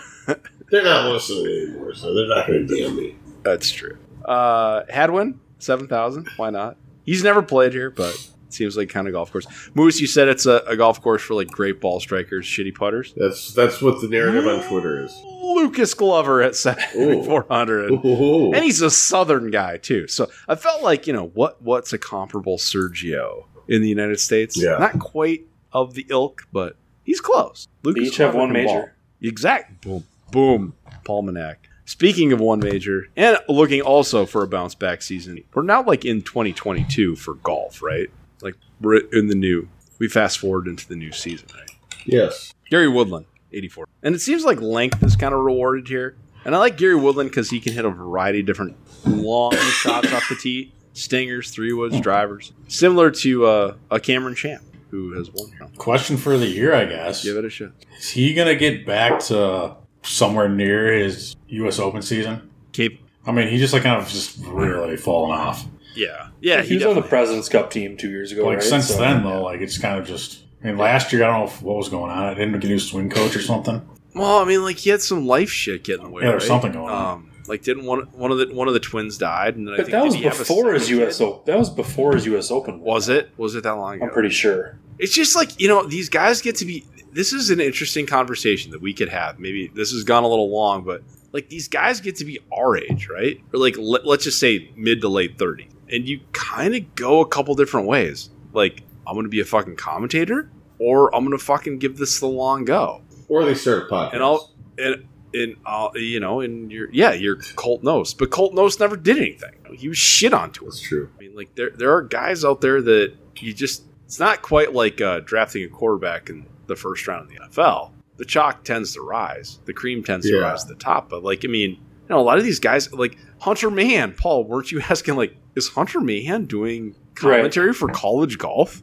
S3: They're not listening anymore, so they're not going to DM me.
S4: that's true. Uh, Hadwin, 7,000. Why not? He's never played here, but it seems like kind of golf course. Moose, you said it's a, a golf course for like great ball strikers, shitty putters.
S3: That's that's what the narrative on Twitter is.
S4: Lucas Glover at 7,400.
S3: Ooh.
S4: and he's a southern guy too. So I felt like you know what what's a comparable Sergio in the United States?
S3: Yeah.
S4: not quite of the ilk, but he's close.
S2: they each have
S4: Glover
S2: one
S4: can ball.
S2: major.
S4: Exact. Boom, boom. Palmanac. Speaking of one major, and looking also for a bounce back season, we're now like in 2022 for golf, right? Like we're in the new. We fast forward into the new season, right?
S3: yes.
S4: Gary Woodland, 84. And it seems like length is kind of rewarded here. And I like Gary Woodland because he can hit a variety of different long (coughs) shots off the tee, stingers, three woods, drivers, similar to uh, a Cameron Champ who has won. here.
S5: Question for the year, I guess.
S4: Give it a shot.
S5: Is he going to get back to somewhere near his U.S. Open season?
S4: Cape,
S5: I mean, he just like kind of just really fallen off.
S4: yeah, yeah,
S2: he, was on the Presidents Cup team two years ago.
S5: Like
S2: right?
S5: since
S2: So-
S5: then, though, like it's kind of just. I mean, last year I don't know if- what was going on. I didn't get a new swing coach or something.
S4: Well, I mean, like he had some life shit getting away.
S5: Yeah,
S4: right?
S5: there's something going on.
S4: Um, like didn't one one of the one of the twins died, and then I
S2: But
S4: think
S2: that
S4: did
S2: was
S4: he have a
S2: before his
S4: second
S2: U.S.
S4: kid?
S2: Open. That was before his U.S. Open.
S4: Was it? Was it that long ago?
S2: I'm pretty sure.
S4: It's just like, you know, these guys get to be this is an interesting conversation that we could have. Maybe this has gone a little long, but like these guys get to be our age, right? Or like let, let's just say mid to late 30. And you kind of go a couple different ways. Like I'm going to be a fucking commentator or I'm going to fucking give this the long go.
S3: Or they start a podcast.
S4: And I'll and in all you know, in your yeah, your Colt Nose, but Colt Nose never did anything. He was shit on tour.
S3: That's true.
S4: I mean, like there there are guys out there that you just it's not quite like uh, drafting a quarterback in the first round of the NFL. The chalk tends to rise, the cream tends to
S3: Yeah.
S4: rise to the top. But like, I mean, you know, a lot of these guys, like Hunter Mahan, Paul, weren't you (laughs) asking like, is Hunter Mahan doing
S2: Right.
S4: commentary for college golf?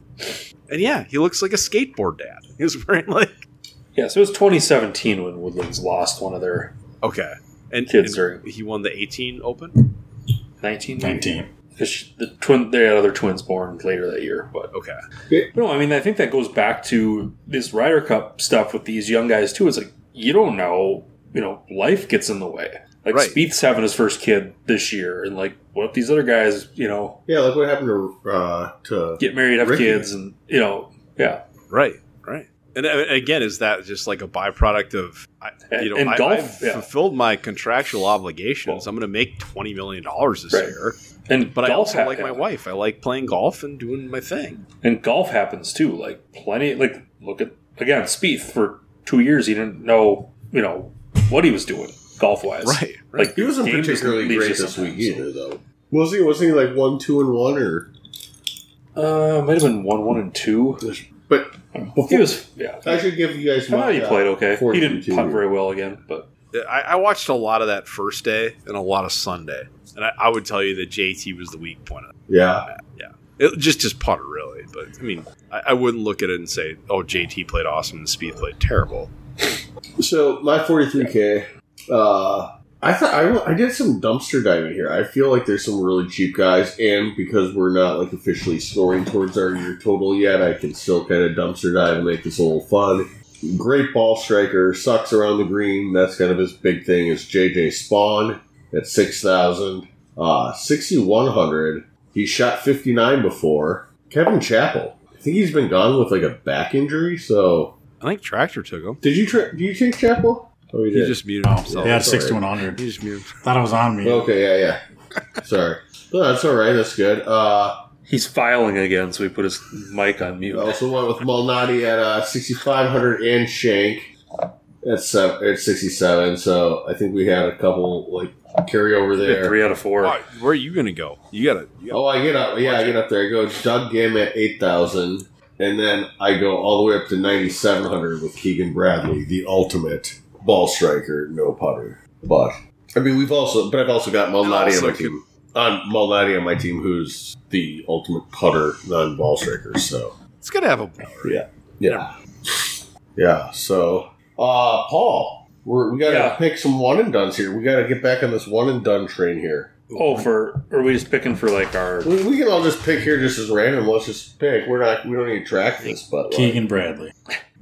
S4: And yeah, he looks like a skateboard dad. (laughs) He was wearing like
S2: Yeah, so it was 2017 when Woodlands lost one of their
S4: okay, and,
S2: Kids
S4: and
S2: are-
S4: he won the 18 Open.
S2: 19.
S5: 19.
S2: Because the twin, they had other twins born later that year, but
S4: Okay,
S2: No, I mean, I think that goes back to this Ryder Cup stuff with these young guys, too. It's like, you don't know, you know, life gets in the way. Like,
S4: Right.
S2: Spieth's having his first kid this year, and like, what if these other guys, you know,
S3: Yeah, like what happened to uh, to
S2: get married, have
S3: Ricky.
S2: kids, and, you know, yeah.
S4: Right, right. And uh, again, is that just like a byproduct of I- you know
S2: And
S4: I,
S2: golf,
S4: I've
S2: yeah.
S4: fulfilled my contractual obligations. I'm going to make twenty million dollars this
S2: Right.
S4: year,
S2: And
S4: but I
S2: golf
S4: also
S2: hap-
S4: like my wife. I like playing golf and doing my thing.
S2: And golf happens, too. Like, plenty, like, look at, again, Spieth for two years, he didn't know, you know, what he was doing golf wise.
S4: Right, right.
S2: Like,
S3: he wasn't
S2: game just
S3: particularly
S2: leaves you
S3: great this
S2: sometimes.
S3: week either, though. Was he? Wasn't he like one, two, and one, or?
S2: Uh, might have been 1 1 and 2.
S3: But
S2: He was, yeah.
S3: I should give you guys.
S2: I thought he
S3: uh,
S2: played okay. He didn't
S3: 42.
S2: putt very well again, but
S4: Uh, I, I watched a lot of that first day and a lot of Sunday, and I, I would tell you that JT was the weak point. Of
S3: Yeah,
S4: it. It- just his putter, really. But I mean, I, I wouldn't look at it and say, "Oh, JT played awesome and Speed played terrible."
S3: So my 43k. Uh, I thought I, I did some dumpster diving here. I feel like there's some really cheap guys, and because we're not like officially scoring towards our year total yet, I can still kind of dumpster dive and make this a little fun. Great ball striker, sucks around the green. That's kind of his big thing. Is JJ Spawn at six thousand, uh, sixty one hundred. He shot fifty nine before. Kevin Chappell. I think he's been gone with like a back injury. So
S4: I think Tractor took him.
S3: did you tra- do you take Chappell? Oh,
S4: He just muted
S5: Oh,
S4: himself.
S5: they had
S3: that's
S5: 6 to
S3: all
S5: 100.
S4: He just muted.
S5: Thought it was on me.
S3: Okay, yeah, yeah. Sorry. No, that's all right. That's good. Uh,
S2: he's filing again, so he put his mic on
S3: I
S2: mute.
S3: also went with Malnati at uh, 6,500 and Shank at, se- at 67. So I think we had a couple like carryover
S2: He had
S3: there.
S2: Three out of four.
S4: All right, where are you going to go? You got to.
S3: Oh, I get up. Yeah, I get up there. I go Doug Gim at 8,000. And then I go all the way up to 9,700 with Keegan Bradley, the ultimate ball striker, no putter. But, I mean, we've also, but I've also got Malnati
S4: also
S3: on my
S4: could-
S3: team. On Malnati on my team, who's the ultimate putter, non ball striker. So,
S4: It's gonna have a
S3: yeah. Yeah. So, uh, Paul, we're, we got to
S2: Yeah.
S3: pick some one and duns here. We got to get back on this one and done train here.
S2: Oh, for are we just picking for like our?
S3: We, we can all just pick here just as random. Let's just pick. We're not. We don't need to track this, but like,
S5: Keegan Bradley.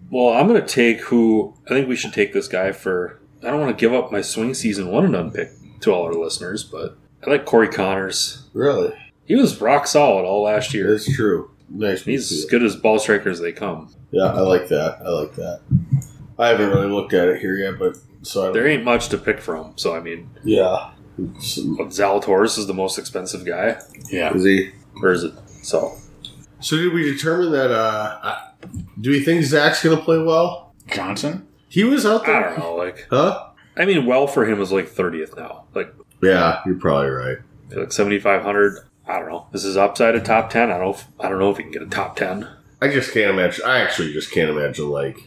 S2: Well, I'm gonna take who I think we should take this guy for. I don't want to give up my swing season one and done pick to all our listeners, but I like Corey Connors.
S3: really,
S2: He was rock solid all last year.
S3: it's true. Nice.
S2: He's as
S3: He's
S2: good as ball striker as they come.
S3: yeah. I like that. I like that. I haven't really looked at it here yet, but so I don't-
S2: There ain't much to pick from, so I mean,
S3: yeah. Some-
S2: but Zalatoris is the most expensive guy,
S5: Yeah.
S3: Is he?
S2: or is it? So
S3: So did we determine that? uh uh, Do we think Zach's gonna play well?
S5: Johnson?
S3: He was out
S2: I
S3: there,
S2: don't know. Like,
S3: huh?
S2: I mean, well for him is like 30th now. Like.
S3: Yeah, you're probably right.
S2: like 7500 i don't know this is upside of top 10 i don't i don't know if he can get a top 10
S3: I just can't imagine. I actually just can't imagine. Like,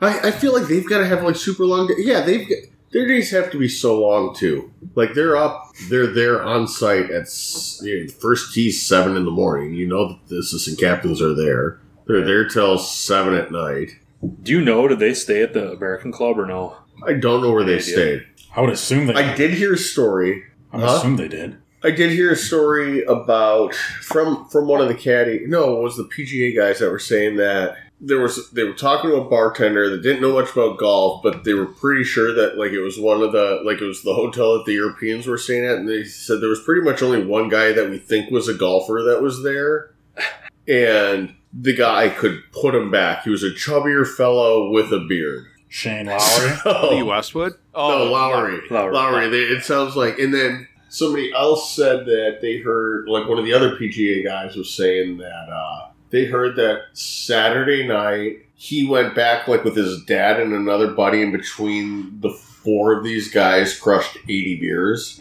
S3: I, I feel like they've got to have like super long. Day. Yeah, they've got- their days have to be so long too. Like they're up, they're there on site at s- you know, first tee seven in the morning. You know that the assistant captains are there. They're there till seven at night.
S2: do you know did they stay at the american club or no
S3: I don't know where they stayed.
S5: I would assume they
S3: I
S5: I,
S3: did hear a story.
S5: would
S3: huh?
S5: assume they did.
S3: I did hear a story about from from one of the caddy. No, it was the PGA guys that were saying that there was they were talking to a bartender that didn't know much about golf, but they were pretty sure that like it was one of the like it was the hotel that the Europeans were staying at, and they said there was pretty much only one guy that we think was a golfer that was there, and the guy could put him back. He was a chubbier fellow with a beard. (laughs)
S5: Shane Lowry.
S4: Lee Westwood.
S3: No, Oh. Lowry.
S2: Lowry.
S3: Lowry. They, it sounds like. And then somebody else said that they heard, like one of the other PGA guys was saying that uh, They heard that Saturday night he went back like with his dad and another buddy, and between the four of these guys, crushed eighty beers.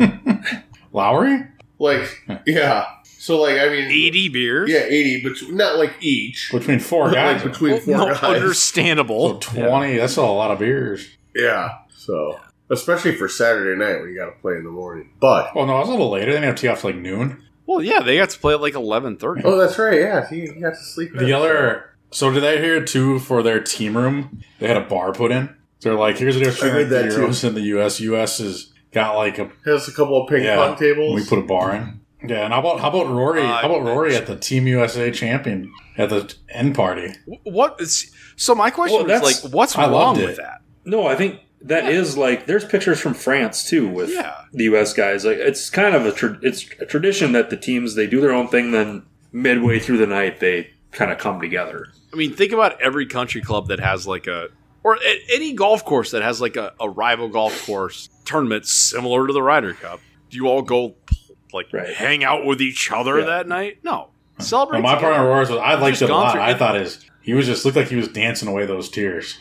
S5: Lowry?
S3: like, yeah. So like, I mean,
S7: 80 beers?
S3: Yeah, eighty, but not like each.
S5: Between four
S3: Like
S5: guys.
S3: between four
S7: No,
S3: guys.
S5: so
S7: understandable.
S5: 20. That's still a lot of beers.
S3: Yeah. So especially for Saturday night when you got to play in the morning. But
S5: Well, Oh, no, I was a little later. They didn't have tea off till like noon.
S4: Well, yeah, they got to play at like eleven thirty.
S3: oh, that's right. Yeah, he, he got to sleep. in.
S5: The other. So did I hear too for their team room? They had a bar put in. They're like, here's the difference
S3: I heard
S5: between the
S3: that, too.
S5: Euros and the US. US has got like a
S3: has a couple of ping
S5: Yeah.
S3: pong tables.
S5: we put a bar in. Yeah, and how about how about Rory? how about Rory at the Team USA champion at the end party?
S4: What is so? My question
S2: Well,
S4: was
S2: that's-
S4: like, what's
S5: I
S4: wrong
S5: loved it.
S4: with that?
S2: No, I think that is like there's pictures from France too with
S4: Yeah.
S2: the U.S. guys. Like it's kind of a tra- it's a tradition that the teams they do their own thing, then midway through the night they kind of come together.
S4: I mean, think about every country club that has like a, or a- any golf course that has like a, a rival golf course tournament similar to the Ryder Cup. Do you all go like
S2: Right.
S4: hang out with each other
S2: Yeah.
S4: that night? No, celebrate.
S5: But my
S4: together.
S5: partner Rory's was I liked
S4: Just
S5: it a
S4: gone
S5: lot.
S4: through-
S5: I thought his he was just looked like he was dancing away those tears.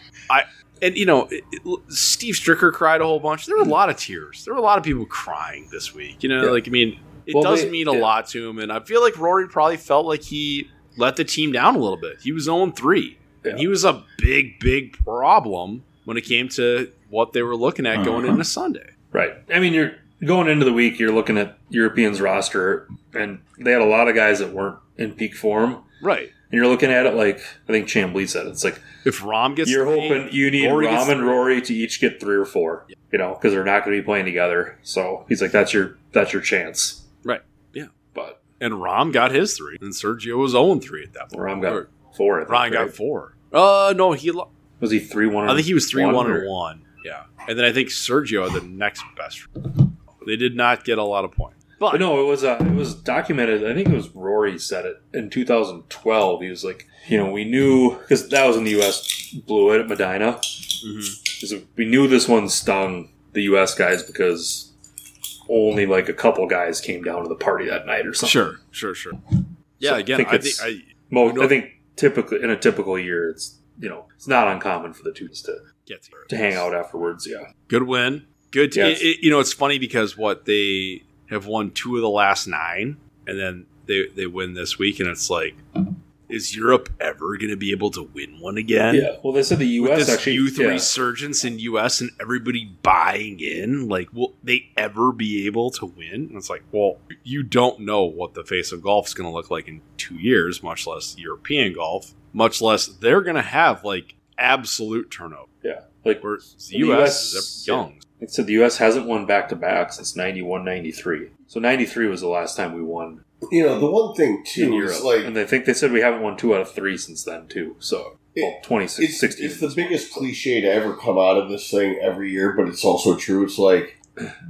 S4: and you know, it- it- Steve Stricker cried a whole bunch. There were a lot of tears. There were a lot of people crying this week. You know,
S2: Mm. Yeah.
S4: like I mean, it
S2: Well,
S4: does
S2: they-
S4: mean a
S2: yeah.
S4: lot to him, and I feel like Rory probably felt like he let the team down a little bit. He was on three,
S2: Yeah.
S4: and he was a big, big problem when it came to what they were looking at going
S5: Uh-huh.
S4: into Sunday.
S2: Right. I mean, you're going into the week, you're looking at Europeans roster, and they had a lot of guys that weren't in peak form.
S4: Right.
S2: And you're looking at it like I think Chamblee said it's like
S4: If Rom gets
S2: you're
S4: three,
S2: hoping you need
S4: Rory gets
S2: Rom and
S4: three.
S2: Rory to each get three or four, you know, because they're not going to be playing together. So he's like, that's your that's your chance.
S4: Right. Yeah.
S2: But
S4: and Rom got his three, and Sergio was on three at that point.
S2: Rom got
S4: Or
S2: four. I think,
S4: Ron
S2: right?
S4: got four. Uh, no, he. Lo-
S2: Was he three one?
S4: I think he was three one
S2: or-
S4: and one. Yeah, and then I think Sergio had the next best. They did not get a lot of points.
S2: But no, it was uh, it was documented. I think it was Rory said it in 2012. He was like, you know, we knew because that was in the U.S. blew it at Medina.
S4: Mm-hmm.
S2: So we knew this one stung the U.S. guys because only like a couple guys came down to the party that night or something.
S4: Sure, sure, sure. Yeah,
S2: So I
S4: again,
S2: think
S4: I think
S2: it's-
S4: I,
S2: Mo-
S4: You know-
S2: I think typically in a typical year, it's you know it's not uncommon for the two to
S4: get
S2: to hang out afterwards. Yeah,
S4: Good win. Good. t-
S2: Yes.
S4: it- it- you know, it's funny because what they have won two of the last nine, and then they they win this week, and it's like, is Europe ever going to be able to win one again?
S2: yeah. Well, they said the
S4: With
S2: U.S.
S4: this
S2: actually
S4: youth
S2: yeah.
S4: resurgence in U.S. and everybody buying in, like, will they ever be able to win? And it's like, well, you don't know what the face of golf is going to look like in two years, much less European golf, much less they're going to have like absolute turnover.
S2: like
S4: Where the
S2: The
S4: U.S. is
S2: US
S4: young.
S2: It said the U.S. hasn't won back to back since 91 93. So 93 was the last time we won
S3: you know, the one thing
S2: in
S3: too
S2: Europe.
S3: is like
S2: and I think they said we haven't won two out of three since then, too. So, well,
S3: It-
S2: 26,
S3: it's,
S2: 16.
S3: it's the biggest cliche to ever come out of this thing every year, but it's also true. It's like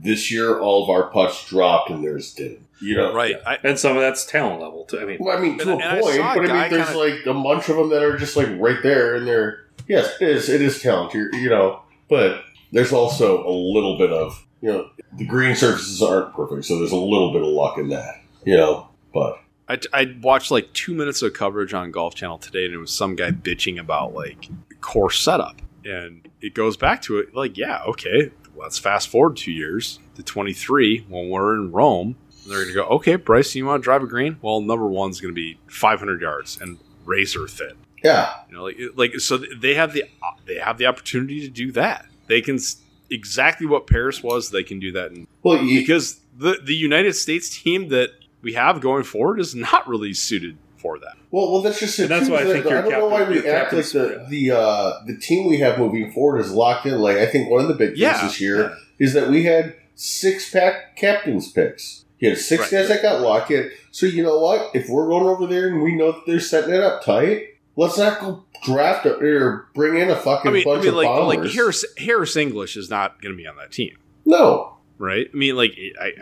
S3: this year all of our putts dropped and theirs didn't. You know,
S4: Right. I,
S2: And some of that's talent level, too. I mean,
S3: Well, I mean, to
S4: And-
S3: a
S4: and I
S3: point,
S4: saw a
S3: but I
S4: guy
S3: mean, there's
S4: kinda-
S3: like a bunch of them that are just like right there, and they're yes, it is, it is talent, you you know, but there's also a little bit of you know the green surfaces aren't perfect, so there's a little bit of luck in that, you know, but
S4: I, I watched like two minutes of coverage on Golf Channel today, and it was some guy bitching about like core setup, and it goes back to it. Like, yeah, okay, let's fast forward two years to twenty three when we're in Rome. and They're gonna go, okay, Bryson, you want to drive a green? Well, number one's gonna be five hundred yards and razor thin.
S3: yeah,
S4: You know, like like so they have the they have the opportunity to do that. They can s- exactly what Paris was. They can do that in
S3: well, you,
S4: because the the United States team that we have going forward is not really suited for that.
S3: Well, well, that's just it.
S2: And that's
S3: too,
S2: why I
S3: is that
S2: think your
S3: I don't know why
S2: captain-
S3: we
S2: your
S3: act like
S2: captain's-
S3: the the uh, the team we have moving forward is locked in. Like I think one of the big things
S4: Yeah,
S3: this year is that we had six pack captains picks. You had six
S4: Right.
S3: guys that got locked in. So you know what? If we're going over there and we know that they're setting it up tight, let's not go draft a, or bring in a fucking
S4: I mean, I
S3: bunch
S4: mean,
S3: of
S4: like
S3: bombers.
S4: like Harris Harris English is not going to be on that team,
S3: no.
S4: right? I mean, like I, I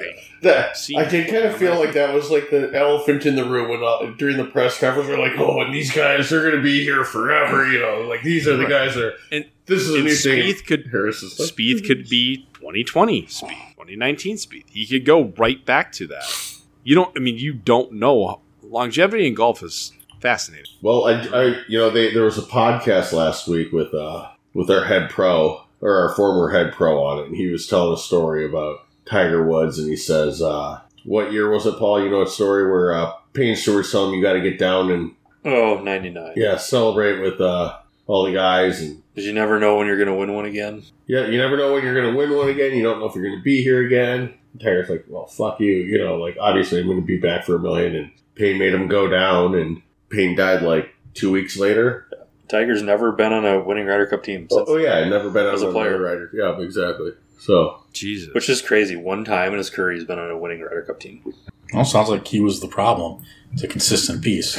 S3: That,
S4: See,
S3: I did kind of feel like that was like the elephant in the room when uh, during the press conference we're like, oh, and these guys are going to be here forever, you know, like these are the
S4: Right.
S3: guys that are.
S4: And-
S3: this is a
S4: and
S3: new thing.
S4: Spieth could
S3: Harris is like,
S4: Spieth could be 2020 Spieth, 2019 Spieth. He could go right back to that. You don't. I mean, you don't know longevity in golf is Fascinating.
S3: Well, I, I- you know, they, there was a podcast last week with uh with our head pro or our former head pro on it, and he was telling a story about Tiger Woods, and he says, uh, "What year was it, Paul? You know, a story where uh, Payne Stewart's telling him you got to get down and
S2: Oh, 99.
S3: yeah, celebrate with uh, all the guys, and
S2: Did you never know when you're going to win one again?
S3: yeah, you never know when you're going to win one again. You don't know if you're going to be here again." And Tiger's like, "Well, fuck you, you know, like obviously I'm going to be back for a million, and Payne made him go down, and Payne died like two weeks later.
S2: Tiger's never been on a winning Ryder Cup team,
S3: Oh,
S2: since,
S3: oh, yeah, I've never been on
S2: as a
S3: a
S2: player.
S3: player rider. Yeah, exactly. So
S4: Jesus.
S2: which is crazy. One time in his career, he's been on a winning Ryder Cup team.
S5: Well, sounds like he was the problem. It's a consistent piece.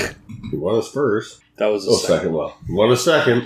S3: he won his first.
S2: That was his
S3: Oh, second. Well, he won his second.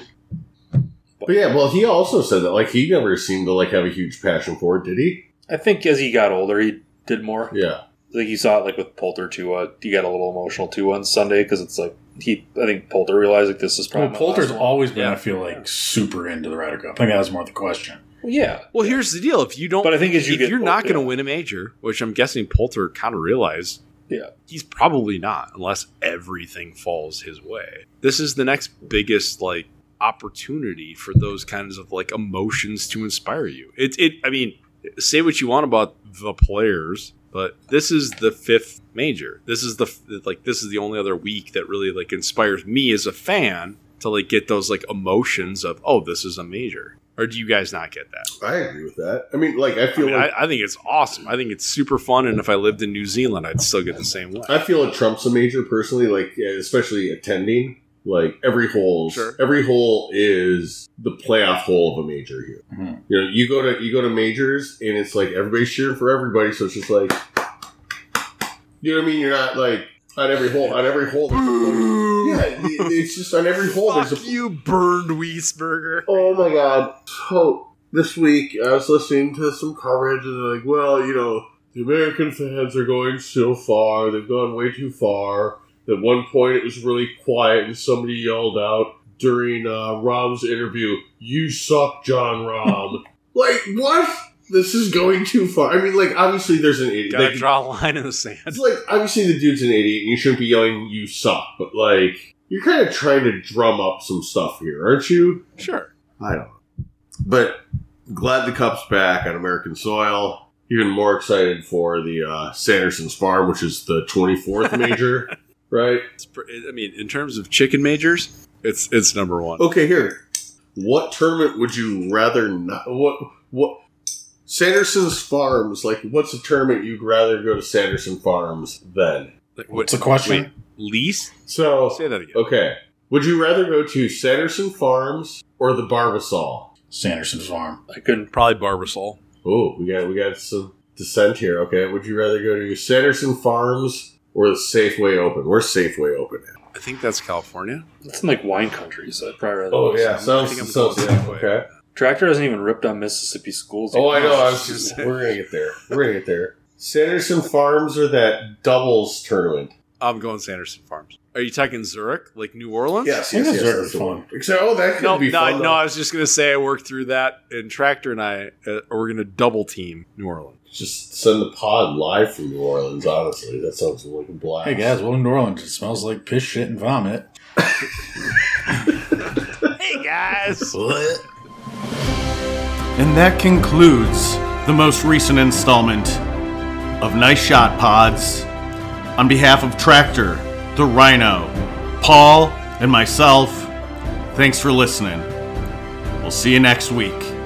S3: But yeah, well, he also said that like he never seemed to like have a huge passion for it, did he?
S2: I think as he got older, he did more.
S3: Yeah,
S2: I think you saw it like with Poulter too. Uh, he got a little emotional too on Sunday because it's like he. I think Poulter realized like this is probably
S5: Well,
S2: my
S5: Poulter's
S2: last one.
S5: always been,
S2: Yeah.
S5: I feel like, super into the Ryder Cup. I think that was more the question.
S2: Well, yeah.
S4: Well, here's the deal. If you don't,
S2: But I think as you
S4: if
S2: get
S4: you're not
S2: older-
S4: going to win a major, which I'm guessing Poulter kind of realized,
S2: Yeah.
S4: he's probably not unless everything falls his way. This is the next biggest like opportunity for those kinds of like emotions to inspire you. It, it. I mean, say what you want about the players, but this is the fifth major. This is the f- like this is the only other week that really like inspires me as a fan to like get those like emotions of oh this is a major. Or do you guys not get that?
S3: I agree with that. I mean, like I
S4: I,
S3: feel
S4: mean,
S3: like
S4: I, I think it's awesome. I think it's super fun, and if I lived in New Zealand, I'd still get the same way.
S3: I, feel it trumps a major personally. Like yeah, especially attending. Like every hole,
S4: Sure.
S3: every hole is the playoff hole of a major here.
S5: Mhm.
S3: You know, you go to you go to majors, and it's like everybody's cheering for everybody. So it's just like, you know what I mean? You're not like on every hole. On every hole,
S4: (laughs)
S3: yeah, it- it's just on every hole. There's a
S4: you, burned Wiesberger.
S3: oh my god. So this week I was listening to some coverage, and they're like, well, you know, the American fans are going so far. They've gone way too far. At one point, it was really quiet, and somebody yelled out during uh, Rom's interview, "You suck, John
S4: (laughs)
S3: Rom." like what? This is going too far. I mean, like obviously there's an idiot.
S4: Gotta
S3: like,
S4: draw a line in the sand. (laughs)
S3: it's like obviously the dude's an idiot and you shouldn't be yelling you suck, but like you're kind of trying to drum up some stuff here, aren't you?
S4: Sure.
S3: I don't. know. But glad the cup's back on American soil. Even more excited for the uh, Sanderson's Farm, which is the 24th major, right?
S4: It's, pr- I mean, in terms of chicken majors, it's it's number one.
S3: Okay, here. What tournament would you rather not? What what? Sanderson's Farms. Like, what's a tournament you'd rather go to Sanderson Farms than?
S4: Like,
S5: What's the question?
S4: least?
S3: So
S4: Say that again.
S3: Okay. Would you rather go to Sanderson Farms or the Barbasol?
S5: Sanderson's farm.
S2: I couldn't.
S4: Probably Barbasol.
S3: Oh, we got we got some dissent here. Okay. Would you rather go to Sanderson Farms or the Safeway Open? Where's Safeway Open at?
S4: I think that's California.
S2: It's in like wine country, so I'd probably rather.
S3: Oh,
S5: Oh,
S4: I think I'm
S3: sounds sounds
S4: going
S3: yeah,
S4: Safeway.
S3: okay.
S2: Tractor hasn't even ripped on Mississippi schools.
S3: Oh, I
S2: yet.
S3: know. I was
S4: (laughs)
S3: just, we're gonna get there. We're gonna get there. Sanderson Farms or that doubles tournament?
S4: I'm going Sanderson Farms. Are you talking Zurich, like New Orleans?
S5: yes, yes,
S3: that's
S5: that's
S3: the
S5: fun.
S3: one. Except, oh, that could
S4: No,
S3: be
S4: no, I-
S3: fun.
S4: no. I was just gonna say I worked through that, and Tractor and I uh, we're gonna double team New Orleans.
S3: Just send the pod live from New Orleans. Honestly, that sounds like a blast.
S5: Hey guys, welcome to New Orleans. It smells like piss, shit, and vomit.
S4: Hey guys.
S1: And that concludes the most recent installment of Nice Shot Pods. On behalf of Tractor, the Rhino, Paul, and myself, thanks for listening. We'll see you next week.